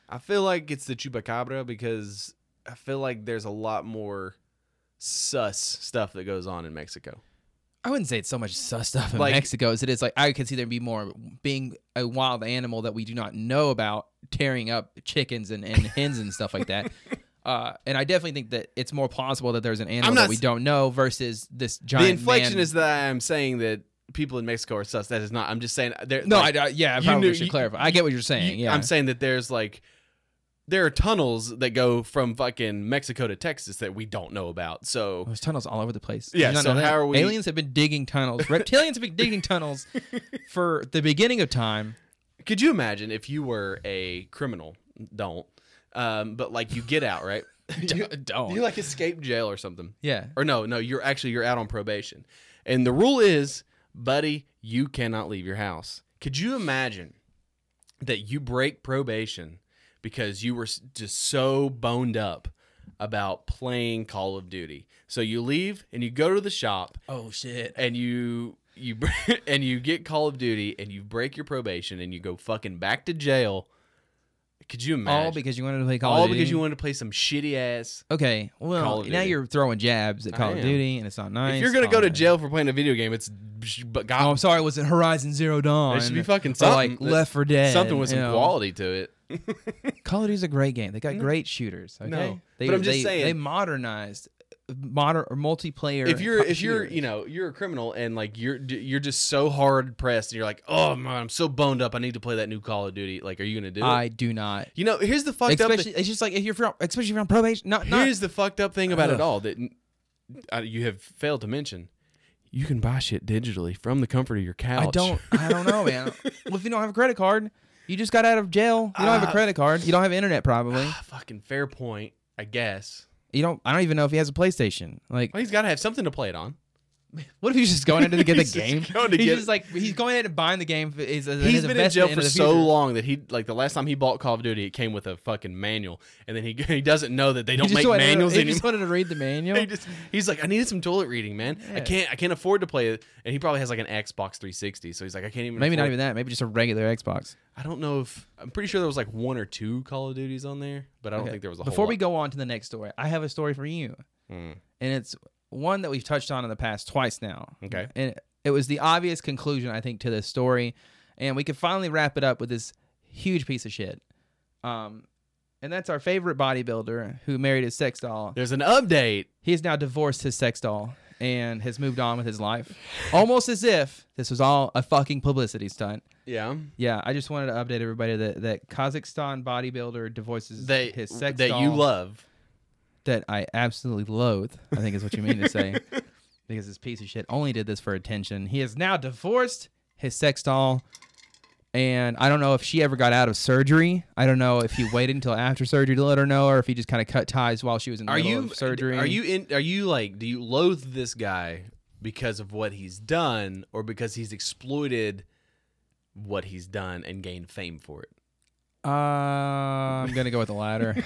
Speaker 1: I feel like it's the Chupacabra because I feel like there's a lot more sus stuff that goes on in Mexico.
Speaker 2: I wouldn't say it's so much sus stuff in
Speaker 1: Like-
Speaker 2: Mexico as it is like I could see there be more being a wild animal that we do not know about tearing up chickens and, and hens and stuff like that. Uh, and I definitely think that it's more plausible that there's an animal
Speaker 1: not
Speaker 2: that we
Speaker 1: s-
Speaker 2: don't know versus this giant.
Speaker 1: the inflection
Speaker 2: man-
Speaker 1: is that I'm saying that people in Mexico are sus. That is not. I'm just saying there.
Speaker 2: no.
Speaker 1: like,
Speaker 2: I, I- yeah, I
Speaker 1: you
Speaker 2: probably
Speaker 1: knew-
Speaker 2: should
Speaker 1: you-
Speaker 2: clarify. I get what you're saying.
Speaker 1: You-
Speaker 2: yeah,
Speaker 1: I'm saying that there's like there are tunnels that go from fucking Mexico to Texas that we don't know about. So
Speaker 2: There's tunnels all over the place.
Speaker 1: Yeah,
Speaker 2: Did you not
Speaker 1: so
Speaker 2: know that?
Speaker 1: how are we-
Speaker 2: Aliens have been digging tunnels. Reptilians have been digging tunnels for the beginning of time.
Speaker 1: could you imagine if you were a criminal? Don't. Um, but like you get out, right? you,
Speaker 2: don't.
Speaker 1: You like escape jail or something.
Speaker 2: Yeah.
Speaker 1: Or no, no, you're actually you're out on probation. And the rule is, buddy, you cannot leave your house. Could you imagine that you break probation because you were s- just so boned up about playing Call of Duty? So you leave and you go to the shop
Speaker 2: Oh shit.
Speaker 1: and you you br- and you get Call of Duty and you break your probation and you go fucking back to jail. Could you imagine?
Speaker 2: All because you wanted to play Call
Speaker 1: all
Speaker 2: of Duty.
Speaker 1: because you wanted to play some shitty ass
Speaker 2: Okay,
Speaker 1: Call
Speaker 2: well
Speaker 1: of
Speaker 2: now
Speaker 1: Duty.
Speaker 2: you're throwing jabs at Call of
Speaker 1: am.
Speaker 2: Duty, and it's not nice.
Speaker 1: If you're gonna go to
Speaker 2: Fine.
Speaker 1: jail for playing a video game, it's but
Speaker 2: oh,
Speaker 1: God,
Speaker 2: I'm sorry, it was it Horizon Zero Dawn?
Speaker 1: it should be fucking
Speaker 2: or
Speaker 1: something
Speaker 2: like Left for Dead.
Speaker 1: something with
Speaker 2: you
Speaker 1: some
Speaker 2: know.
Speaker 1: quality to it.
Speaker 2: Call of Duty's a great game. They got great shooters. Okay,
Speaker 1: No,
Speaker 2: they,
Speaker 1: but I'm just
Speaker 2: they-
Speaker 1: saying-
Speaker 2: they modernized modern or multiplayer.
Speaker 1: If you're
Speaker 2: co-
Speaker 1: if you're
Speaker 2: shooters.
Speaker 1: you know you're a criminal and like you're d- you're just so hard pressed and you're like oh man I'm so boned up I need to play that new Call of Duty like are you gonna do it?
Speaker 2: I do not.
Speaker 1: You know here's the fucked up
Speaker 2: Especially,
Speaker 1: thing,
Speaker 2: it's just like if you're from, especially if you're on probation. Not, not
Speaker 1: here's the fucked up thing about
Speaker 2: Ugh.
Speaker 1: it all that n- uh, you have failed to mention. You can buy shit digitally from the comfort of your couch.
Speaker 2: I don't. I don't know, man. well, if you don't have a credit card, you just got out of jail. You don't have a
Speaker 1: Ah.
Speaker 2: credit card. You don't have internet, probably.
Speaker 1: fucking fair point. I guess.
Speaker 2: You don't. I don't even know if he has a PlayStation. Like,
Speaker 1: Well, he's got to have something to play it on.
Speaker 2: what if he's just going in to get the
Speaker 1: He's just
Speaker 2: game?
Speaker 1: going to
Speaker 2: he's
Speaker 1: get-
Speaker 2: just like he's going in and buying the game. For, he's
Speaker 1: He's been in jail for so long that he like the last time he bought Call of Duty, it came with a fucking manual, and then he he doesn't know that they don't make manuals
Speaker 2: He
Speaker 1: anymore.
Speaker 2: just wanted to read the manual.
Speaker 1: He just, he's like, I needed some toilet reading, man. I
Speaker 2: Yeah.
Speaker 1: can't I can't afford to play it, and he probably has like an Xbox 360, so he's like, I can't even.
Speaker 2: Maybe not
Speaker 1: afford-
Speaker 2: even that. Maybe just a regular Xbox.
Speaker 1: I don't know if I'm pretty sure there was like one or two Call of Duties on there, but I don't
Speaker 2: Okay.
Speaker 1: think there was a
Speaker 2: Before
Speaker 1: whole
Speaker 2: we go on to the next story, I have a story for you,
Speaker 1: Mm.
Speaker 2: and it's one that we've touched on in the past twice now.
Speaker 1: Okay.
Speaker 2: and it was the obvious conclusion, I think, to this story, and we could finally wrap it up with this huge piece of shit. Um, and that's our favorite bodybuilder who married his sex doll.
Speaker 1: There's an update.
Speaker 2: He has now divorced his sex doll and has moved on with his life, almost as if this was all a fucking publicity stunt.
Speaker 1: Yeah,
Speaker 2: Yeah, I just wanted to update everybody that that Kazakhstan bodybuilder divorces
Speaker 1: that
Speaker 2: his sex
Speaker 1: that
Speaker 2: doll
Speaker 1: you love.
Speaker 2: that I absolutely loathe. I think is what you mean to say, because this piece of shit only did this for attention. He is now divorced his sex doll, and I don't know if she ever got out of surgery. I don't know if he waited until after surgery to let her know, or if he just kind of cut ties while she was in the
Speaker 1: Are
Speaker 2: middle
Speaker 1: you
Speaker 2: of surgery.
Speaker 1: Are you in? Are you like? Do you loathe this guy because of what he's done, or because he's exploited what he's done and gained fame for it?
Speaker 2: Uh, I'm gonna go with the latter.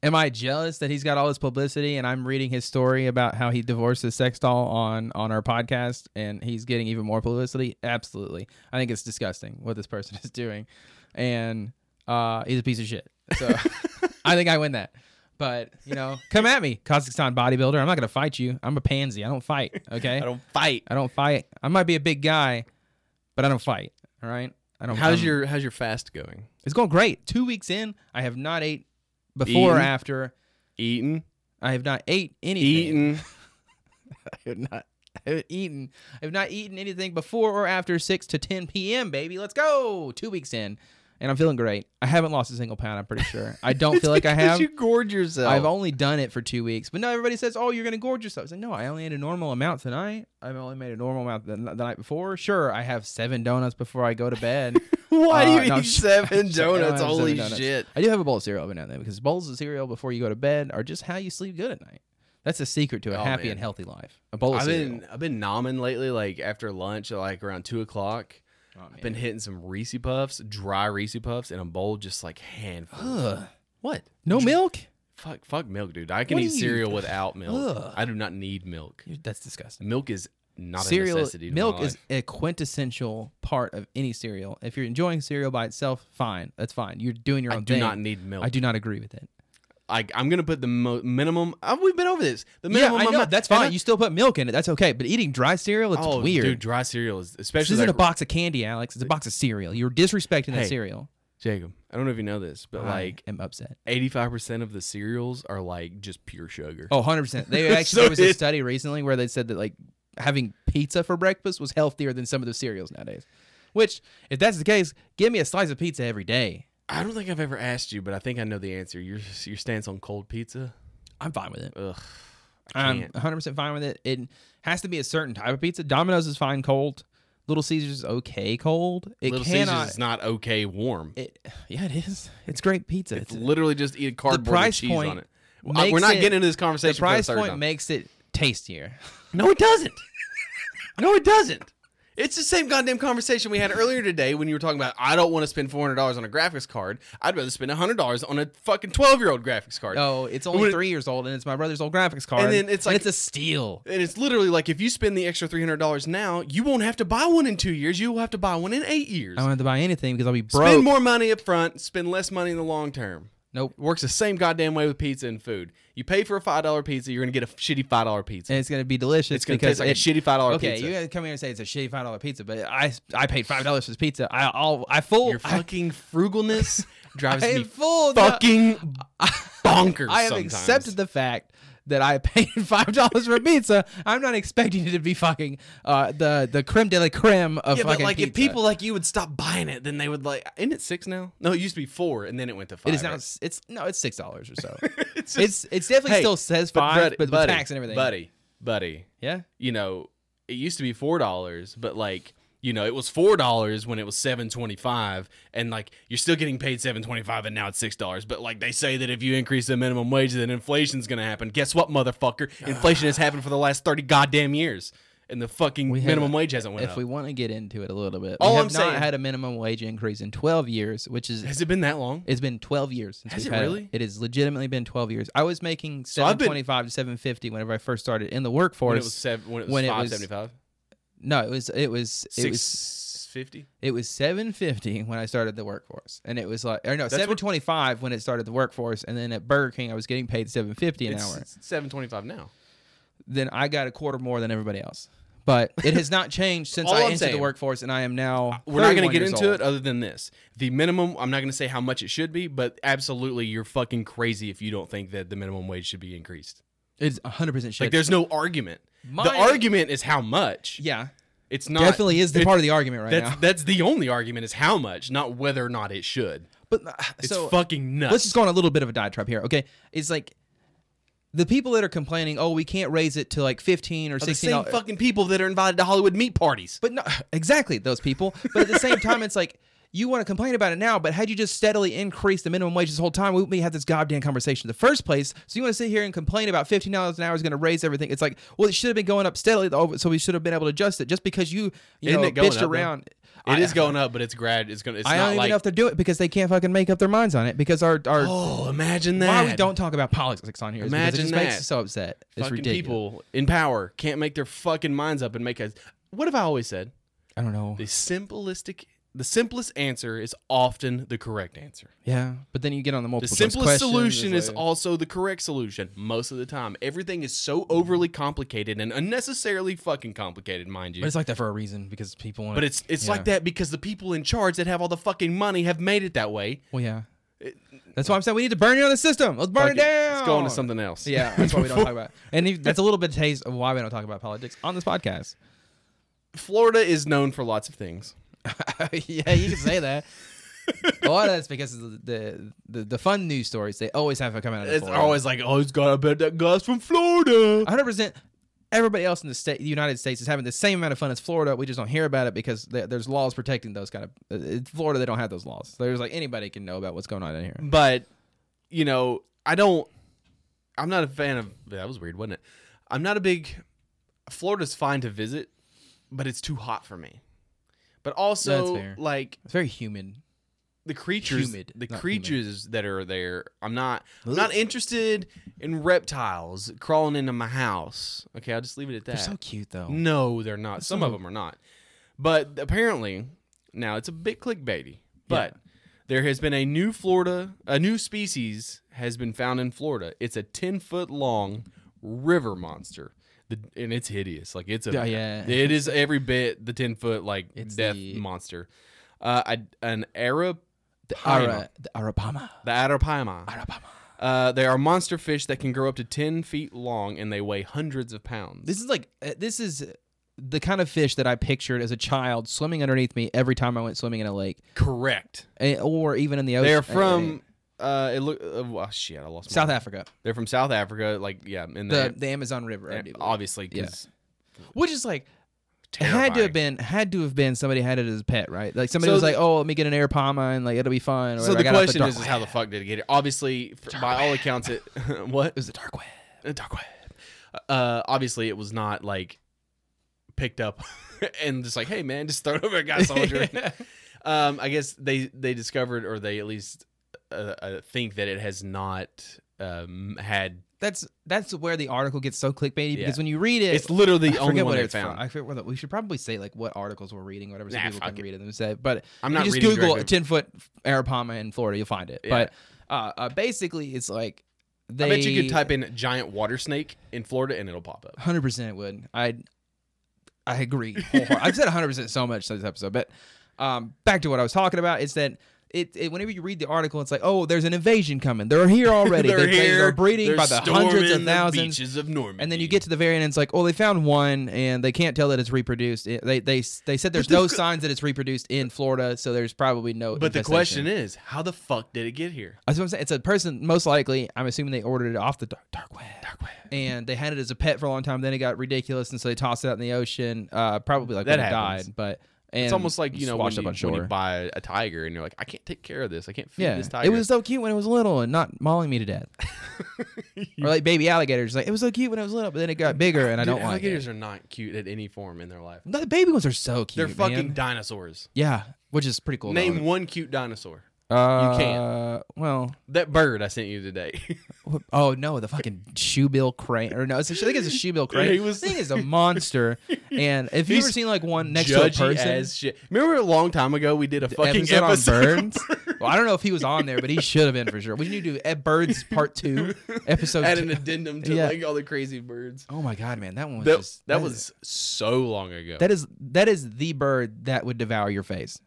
Speaker 2: Am I jealous that he's got all this publicity and I'm reading his story about how he divorced his sex doll on on our podcast and he's getting even more publicity? Absolutely. I think it's disgusting what this person is doing, and uh, he's a piece of shit. So I think I win that. But you know, come at me, Kazakhstan bodybuilder. I'm not gonna fight you. I'm a pansy. I don't fight. Okay.
Speaker 1: I don't fight.
Speaker 2: I don't fight. I might be a big guy, but I don't fight. All right. I don't.
Speaker 1: how's
Speaker 2: I'm-
Speaker 1: your how's your fast going?
Speaker 2: It's going great. Two weeks in, I have not ate before or
Speaker 1: Eaten?
Speaker 2: after.
Speaker 1: Eating,
Speaker 2: I have not ate anything.
Speaker 1: eating.
Speaker 2: I have not. I have eaten. I have not eaten anything before or after six to ten p.m. Baby, let's go. Two weeks in, and I'm feeling great. I haven't lost a single pound. I'm pretty sure. I don't feel like I have.
Speaker 1: You gorge yourself.
Speaker 2: I've only done it for two weeks, but no, everybody says, "Oh, you're gonna gorge yourself." It's like, no, I only ate a normal amount tonight. I've only made a normal amount the, the night before. Sure, I have seven donuts before I go to bed.
Speaker 1: Why
Speaker 2: Uh,
Speaker 1: do you
Speaker 2: no,
Speaker 1: eat
Speaker 2: sh-
Speaker 1: seven
Speaker 2: sh- I don't
Speaker 1: donuts?
Speaker 2: have
Speaker 1: Holy
Speaker 2: seven donuts.
Speaker 1: shit!
Speaker 2: I do have a bowl of cereal every now and then because bowls of cereal before you go to bed are just how you sleep good at night. That's the secret to a
Speaker 1: Oh,
Speaker 2: happy
Speaker 1: man.
Speaker 2: and healthy life. A bowl of
Speaker 1: I've
Speaker 2: cereal.
Speaker 1: been I've been nomming lately. Like after lunch, like around two o'clock,
Speaker 2: Oh, man.
Speaker 1: I've been hitting some Reese Puffs, dry Reese Puffs, in a bowl, just like handful.
Speaker 2: Ugh.
Speaker 1: What?
Speaker 2: No milk?
Speaker 1: Fuck, fuck milk, dude. I can
Speaker 2: What
Speaker 1: eat
Speaker 2: do you-
Speaker 1: cereal without milk.
Speaker 2: Ugh.
Speaker 1: I do not need milk.
Speaker 2: You're- That's disgusting.
Speaker 1: Milk is not
Speaker 2: cereal
Speaker 1: a necessity. to my
Speaker 2: milk is
Speaker 1: life.
Speaker 2: a quintessential part of any cereal. If you're enjoying cereal by itself, fine. That's fine. You're doing your
Speaker 1: I
Speaker 2: own
Speaker 1: do
Speaker 2: thing.
Speaker 1: not need milk.
Speaker 2: I do not agree with it.
Speaker 1: I, I'm gonna put the mo- minimum. uh, we've been over this. The
Speaker 2: Yeah,
Speaker 1: minimum.
Speaker 2: I know.
Speaker 1: amount-
Speaker 2: That's
Speaker 1: and
Speaker 2: fine.
Speaker 1: I-
Speaker 2: You still put milk in it. That's okay. But eating dry cereal, it's
Speaker 1: oh,
Speaker 2: weird.
Speaker 1: dude, dry cereal is
Speaker 2: this
Speaker 1: especially
Speaker 2: isn't
Speaker 1: like
Speaker 2: a box of candy, Alex. It's a box of cereal. You're disrespecting that
Speaker 1: Hey,
Speaker 2: cereal.
Speaker 1: Jacob. I don't know if you know this, but like
Speaker 2: I am upset.
Speaker 1: 85 percent of the cereals are like just pure sugar.
Speaker 2: Oh, 100%. They actually,
Speaker 1: So
Speaker 2: there was a
Speaker 1: it-
Speaker 2: study recently where they said that like having pizza for breakfast was healthier than some of the cereals nowadays. Which, if that's the case, give me a slice of pizza every day.
Speaker 1: I don't think I've ever asked you, but I think I know the answer. Your your stance on cold pizza.
Speaker 2: I'm fine with it.
Speaker 1: Ugh. I
Speaker 2: I'm
Speaker 1: can't.
Speaker 2: 100% fine with it. It has to be a certain type of pizza. Domino's is fine cold. Little Caesars is okay cold. It
Speaker 1: Little
Speaker 2: cannot.
Speaker 1: Caesars is not okay warm.
Speaker 2: it, yeah, it is. It's great pizza.
Speaker 1: It's
Speaker 2: It's-
Speaker 1: literally just eat cardboard and
Speaker 2: price
Speaker 1: cheese
Speaker 2: point
Speaker 1: on it. Well, I- We're
Speaker 2: makes
Speaker 1: not
Speaker 2: it-
Speaker 1: getting into this
Speaker 2: the
Speaker 1: conversation.
Speaker 2: price
Speaker 1: for the third
Speaker 2: point
Speaker 1: time.
Speaker 2: makes it tastier.
Speaker 1: no, it doesn't. no, it doesn't. It's the same goddamn conversation we had earlier today when you were talking about I don't want to spend four hundred dollars on a graphics card. I'd rather spend hundred dollars on a fucking twelve year old graphics card.
Speaker 2: Oh, it's only
Speaker 1: When-
Speaker 2: three years old, and it's my brother's old graphics card.
Speaker 1: then it's like-
Speaker 2: it's a steal.
Speaker 1: And it's literally like if you spend the extra three hundred dollars now, you won't have to buy one in two years. You will have to buy one in eight years.
Speaker 2: I don't have to buy anything because I'll be broke.
Speaker 1: Spend more money up front, spend less money in the long term.
Speaker 2: nope.
Speaker 1: Works the same goddamn way with pizza and food. You pay for a five dollar pizza, you're gonna get a shitty five dollar pizza.
Speaker 2: And it's gonna be delicious.
Speaker 1: it's gonna
Speaker 2: because
Speaker 1: taste like a
Speaker 2: it-
Speaker 1: shitty five dollar
Speaker 2: Okay,
Speaker 1: pizza.
Speaker 2: you gotta come here and say it's a shitty five dollar pizza, but I I paid five dollars for this pizza. I I'll, I full
Speaker 1: Your fucking frugalness
Speaker 2: I,
Speaker 1: drives
Speaker 2: I
Speaker 1: me
Speaker 2: am full no.
Speaker 1: fucking bonkers.
Speaker 2: I have
Speaker 1: sometimes.
Speaker 2: accepted the fact that I paid five dollars for pizza. I'm not expecting it to be fucking uh, the the creme de la creme of
Speaker 1: Yeah, but
Speaker 2: fucking
Speaker 1: like if
Speaker 2: pizza.
Speaker 1: people like you would stop buying it, then they would like. Isn't it six now? No, it used to be four, and then it went to five.
Speaker 2: it is now
Speaker 1: right?
Speaker 2: it's, it's no it's six dollars or so.
Speaker 1: It's just-
Speaker 2: it's it's definitely
Speaker 1: Hey,
Speaker 2: still says
Speaker 1: but
Speaker 2: five,
Speaker 1: buddy-
Speaker 2: but with
Speaker 1: buddy,
Speaker 2: tax and everything.
Speaker 1: buddy, buddy.
Speaker 2: yeah.
Speaker 1: you know, it used to be four dollars, but like, you know, it was four dollars when it was seven twenty five, and like you're still getting paid seven twenty five, and now it's six dollars. But like they say that if you increase the minimum wage, then inflation's gonna happen. Guess what, motherfucker? Inflation has happened for the last thirty goddamn years, and the fucking
Speaker 2: have-
Speaker 1: minimum wage hasn't went
Speaker 2: If
Speaker 1: up.
Speaker 2: we want to get into it a little bit,
Speaker 1: All
Speaker 2: we have
Speaker 1: I'm
Speaker 2: not
Speaker 1: saying-
Speaker 2: had a minimum wage increase in 12 years, which is
Speaker 1: Has it been that long?
Speaker 2: It's been 12 years. Since
Speaker 1: Has
Speaker 2: we've
Speaker 1: it
Speaker 2: had
Speaker 1: really?
Speaker 2: It has legitimately been 12 years. I was making
Speaker 1: I've been-
Speaker 2: 725 to 750 whenever I first started in the workforce.
Speaker 1: When it was seven, when it was
Speaker 2: when it
Speaker 1: five
Speaker 2: was-
Speaker 1: seventy five,
Speaker 2: no, it was it was it was
Speaker 1: six fifty.
Speaker 2: it was 750 when I started the workforce. And it was like or no,
Speaker 1: what-
Speaker 2: 725 when it started the workforce and then at Burger King I was getting paid 750 an hour.
Speaker 1: It's seven twenty five now.
Speaker 2: Then I got a quarter more than everybody else. But it has not changed since
Speaker 1: All
Speaker 2: I
Speaker 1: I'm
Speaker 2: entered the
Speaker 1: saying- uh,
Speaker 2: workforce and I am now
Speaker 1: We're not going to
Speaker 2: 31
Speaker 1: get
Speaker 2: years
Speaker 1: into
Speaker 2: old.
Speaker 1: it other than this. The minimum, I'm not going to say how much it should be, but absolutely, you're fucking crazy if you don't think that the minimum wage should be increased.
Speaker 2: It's 100% shit.
Speaker 1: Like, there's no argument. the
Speaker 2: My-
Speaker 1: argument is how much.
Speaker 2: yeah.
Speaker 1: It's not.
Speaker 2: definitely is the
Speaker 1: it-
Speaker 2: part of the argument right
Speaker 1: That's,
Speaker 2: now.
Speaker 1: that's the only argument is how much, not whether or not it should.
Speaker 2: But uh,
Speaker 1: It's
Speaker 2: so
Speaker 1: fucking nuts.
Speaker 2: let's just go on a little bit of a diatribe here. Okay, it's like the people that are complaining, oh, we can't raise it to like fifteen or
Speaker 1: the
Speaker 2: sixteen.
Speaker 1: same
Speaker 2: dollars."
Speaker 1: fucking people that are invited to Hollywood meat parties.
Speaker 2: but no, exactly those people. But at the same time, it's like you want to complain about it now, but had you just steadily increased the minimum wage this whole time, we wouldn't be had this goddamn conversation in the first place. So you want to sit here and complain about fifteen dollars an hour is going to raise everything? It's like, well, it should have been going up steadily, though, so we should have been able to adjust it. Just because you, you
Speaker 1: Isn't
Speaker 2: know,
Speaker 1: it going
Speaker 2: bitched
Speaker 1: up, though?
Speaker 2: around,
Speaker 1: It is going up, but it's grad. It's gonna. It's not
Speaker 2: I don't even
Speaker 1: like.
Speaker 2: know if they're doing it because they can't fucking make up their minds on it because our our
Speaker 1: oh, imagine that.
Speaker 2: why we don't talk about politics on here is because
Speaker 1: Imagine
Speaker 2: it just makes
Speaker 1: that.
Speaker 2: us so upset. It's
Speaker 1: fucking
Speaker 2: ridiculous.
Speaker 1: people in power can't make their fucking minds up and make a. What have I always said?
Speaker 2: I don't know.
Speaker 1: the simplistic the simplest answer is often the correct answer.
Speaker 2: Yeah, but then you get on the
Speaker 1: The
Speaker 2: multiple. choice
Speaker 1: simplest
Speaker 2: questions,
Speaker 1: solution
Speaker 2: it's
Speaker 1: is
Speaker 2: like-
Speaker 1: also the correct solution most of the time. Everything is so overly complicated and unnecessarily fucking complicated, mind you.
Speaker 2: But it's like that for a reason because people want.
Speaker 1: But it's it's like that because the people in charge that have all the fucking money have made it that way.
Speaker 2: Well, yeah. That's why I'm saying we need to burn it on the system. Let's burn
Speaker 1: Fuck
Speaker 2: it
Speaker 1: it.
Speaker 2: down.
Speaker 1: Let's go on to something else.
Speaker 2: Yeah, that's why we don't talk about. And if- that's a little bit taste of why we don't talk about politics on this podcast.
Speaker 1: Florida is known for lots of things.
Speaker 2: yeah, you can say that. a lot of that's because of the, the the the fun news stories they always have coming out. Of
Speaker 1: It's
Speaker 2: Florida.
Speaker 1: always like, oh, it's got. I bet that guy's from Florida.
Speaker 2: 100. percent Everybody else in the state, the United States, is having the same amount of fun as Florida. We just don't hear about it because there- there's laws protecting those kind of. uh, In Florida, they don't have those laws. So there's like anybody can know about what's going on in here.
Speaker 1: But you know, I don't. I'm not a fan of. That was weird, wasn't it? I'm not a big. Florida's fine to visit, but it's too hot for me. But also,
Speaker 2: That's fair.
Speaker 1: like
Speaker 2: It's very humid.
Speaker 1: the creatures
Speaker 2: Humid,
Speaker 1: the
Speaker 2: not
Speaker 1: creatures that are there i'm not i'm not interested in reptiles crawling into my house okay i'll just leave it at that
Speaker 2: They're so cute though.
Speaker 1: no they're not some
Speaker 2: Hmm.
Speaker 1: of them are not but apparently now it's a bit clickbaity but there has been a new florida a new species has been found in florida it's a 10 foot long river monster the, and it's hideous like it's a
Speaker 2: Yeah, yeah.
Speaker 1: it is every bit the 10 foot like
Speaker 2: It's
Speaker 1: death
Speaker 2: the-
Speaker 1: monster uh, I, an Arab
Speaker 2: The
Speaker 1: Arapama.
Speaker 2: Ara, the Arapama.
Speaker 1: the Arapaima.
Speaker 2: Arapama.
Speaker 1: Uh, they are monster fish that can grow up to 10 feet long and they weigh hundreds of pounds.
Speaker 2: This is like uh, this is the kind of fish that I pictured as a child swimming underneath me every time I went swimming in a lake,
Speaker 1: correct.
Speaker 2: eh, or even in the ocean.
Speaker 1: They're
Speaker 2: Eh,
Speaker 1: from. Uh, it look. Uh, well, shit, I lost.
Speaker 2: eh,
Speaker 1: my-
Speaker 2: South Africa,
Speaker 1: They're from South Africa. Like, yeah, and
Speaker 2: the
Speaker 1: the,
Speaker 2: the Amazon River, I do believe.
Speaker 1: obviously,
Speaker 2: Yeah.
Speaker 1: 'cause
Speaker 2: which is like had to
Speaker 1: terrifying.
Speaker 2: have been had to have been somebody had it as a pet, right? Like somebody
Speaker 1: So
Speaker 2: was
Speaker 1: the-
Speaker 2: like, "Oh, let me get an Arapama and like it'll be fun." or
Speaker 1: So
Speaker 2: whatever. I
Speaker 1: the
Speaker 2: got off
Speaker 1: question
Speaker 2: dark
Speaker 1: is, is
Speaker 2: web.
Speaker 1: how the fuck did it get here? Obviously, f- by all accounts, it what
Speaker 2: it was the dark web.
Speaker 1: A dark web. Uh, obviously, it was not like picked up and just like, hey man, just throw it over a guy soldier. um, I guess they they discovered or they at least uh, uh, think that it has not um, had.
Speaker 2: That's that's where the article gets so clickbaity
Speaker 1: Yeah.
Speaker 2: because when you read it,
Speaker 1: It's literally
Speaker 2: I
Speaker 1: the only
Speaker 2: forget
Speaker 1: one
Speaker 2: what
Speaker 1: they
Speaker 2: it's from.
Speaker 1: found.
Speaker 2: I forget whether we should probably say like what articles we're reading, whatever, so
Speaker 1: Nah,
Speaker 2: people can
Speaker 1: fuck it.
Speaker 2: read it themselves. But
Speaker 1: I'm
Speaker 2: you
Speaker 1: not
Speaker 2: just
Speaker 1: reading
Speaker 2: Google
Speaker 1: directly-
Speaker 2: ten foot Arapama in Florida, you'll find it.
Speaker 1: Yeah.
Speaker 2: But uh, uh, basically, it's like they.
Speaker 1: I bet you could type in giant water snake in Florida and it'll pop up.
Speaker 2: Hundred percent would. I I agree. wholeheart- I've said hundred percent so much this episode, but um, back to what I was talking about. It's that. It, it, whenever you read the article, it's like, oh, there's an invasion coming. They're here already.
Speaker 1: They're
Speaker 2: They- they-
Speaker 1: here.
Speaker 2: They're breeding
Speaker 1: They're
Speaker 2: by the hundreds
Speaker 1: storming
Speaker 2: of
Speaker 1: the
Speaker 2: thousands.
Speaker 1: beaches of Normandy.
Speaker 2: And then you get to the very end, and it's like, oh, they found one, and they can't tell that it's reproduced. It- they they they said there's
Speaker 1: But the
Speaker 2: no
Speaker 1: qu-
Speaker 2: signs that it's reproduced in Florida, so there's probably no.
Speaker 1: But the question
Speaker 2: infestation.
Speaker 1: is, how the fuck did it get here?
Speaker 2: that's what I'm saying. It's a person, most likely. I'm assuming they ordered it off the dark, dark web. Dark web. And they had it as a pet for a long time. Then it got ridiculous, and so they tossed it out in the ocean. Uh, probably like
Speaker 1: That
Speaker 2: when it
Speaker 1: happens.
Speaker 2: died, but and
Speaker 1: It's almost like you know when
Speaker 2: washed
Speaker 1: you,
Speaker 2: up on
Speaker 1: when you
Speaker 2: shore.
Speaker 1: buy a tiger and you're like, I can't take care of this. I can't feed
Speaker 2: yeah,
Speaker 1: this tiger.
Speaker 2: it was so cute when it was little and not mauling me to death. or like baby alligators, like it was so cute when it was little, but then it got bigger, and I
Speaker 1: Dude,
Speaker 2: don't like it.
Speaker 1: alligators are not cute at any form in their life.
Speaker 2: No, the baby ones are so cute.
Speaker 1: They're fucking
Speaker 2: man.
Speaker 1: dinosaurs.
Speaker 2: Yeah, which is pretty cool.
Speaker 1: Name
Speaker 2: though.
Speaker 1: one cute dinosaur.
Speaker 2: Uh,
Speaker 1: can't.
Speaker 2: Well,
Speaker 1: That bird I sent you today.
Speaker 2: wh- oh no, the fucking shoebill crane, or no, it's a, I think it's a shoebill crane.
Speaker 1: He was-
Speaker 2: this thing is a monster. and if you
Speaker 1: He's
Speaker 2: ever seen like one next to a
Speaker 1: Judgy
Speaker 2: person,
Speaker 1: as shit. Remember a long time ago we did a fucking
Speaker 2: episode
Speaker 1: episode,
Speaker 2: on
Speaker 1: on
Speaker 2: birds. well, I don't know if he was on there, but he should have been for sure. We need to do Ed birds part two, episode.
Speaker 1: Add an
Speaker 2: two.
Speaker 1: addendum to
Speaker 2: Yeah.
Speaker 1: like all the crazy birds.
Speaker 2: oh my god, man, that one was
Speaker 1: That,
Speaker 2: just
Speaker 1: that
Speaker 2: is-
Speaker 1: was so long ago.
Speaker 2: that is that is the bird that would devour your face.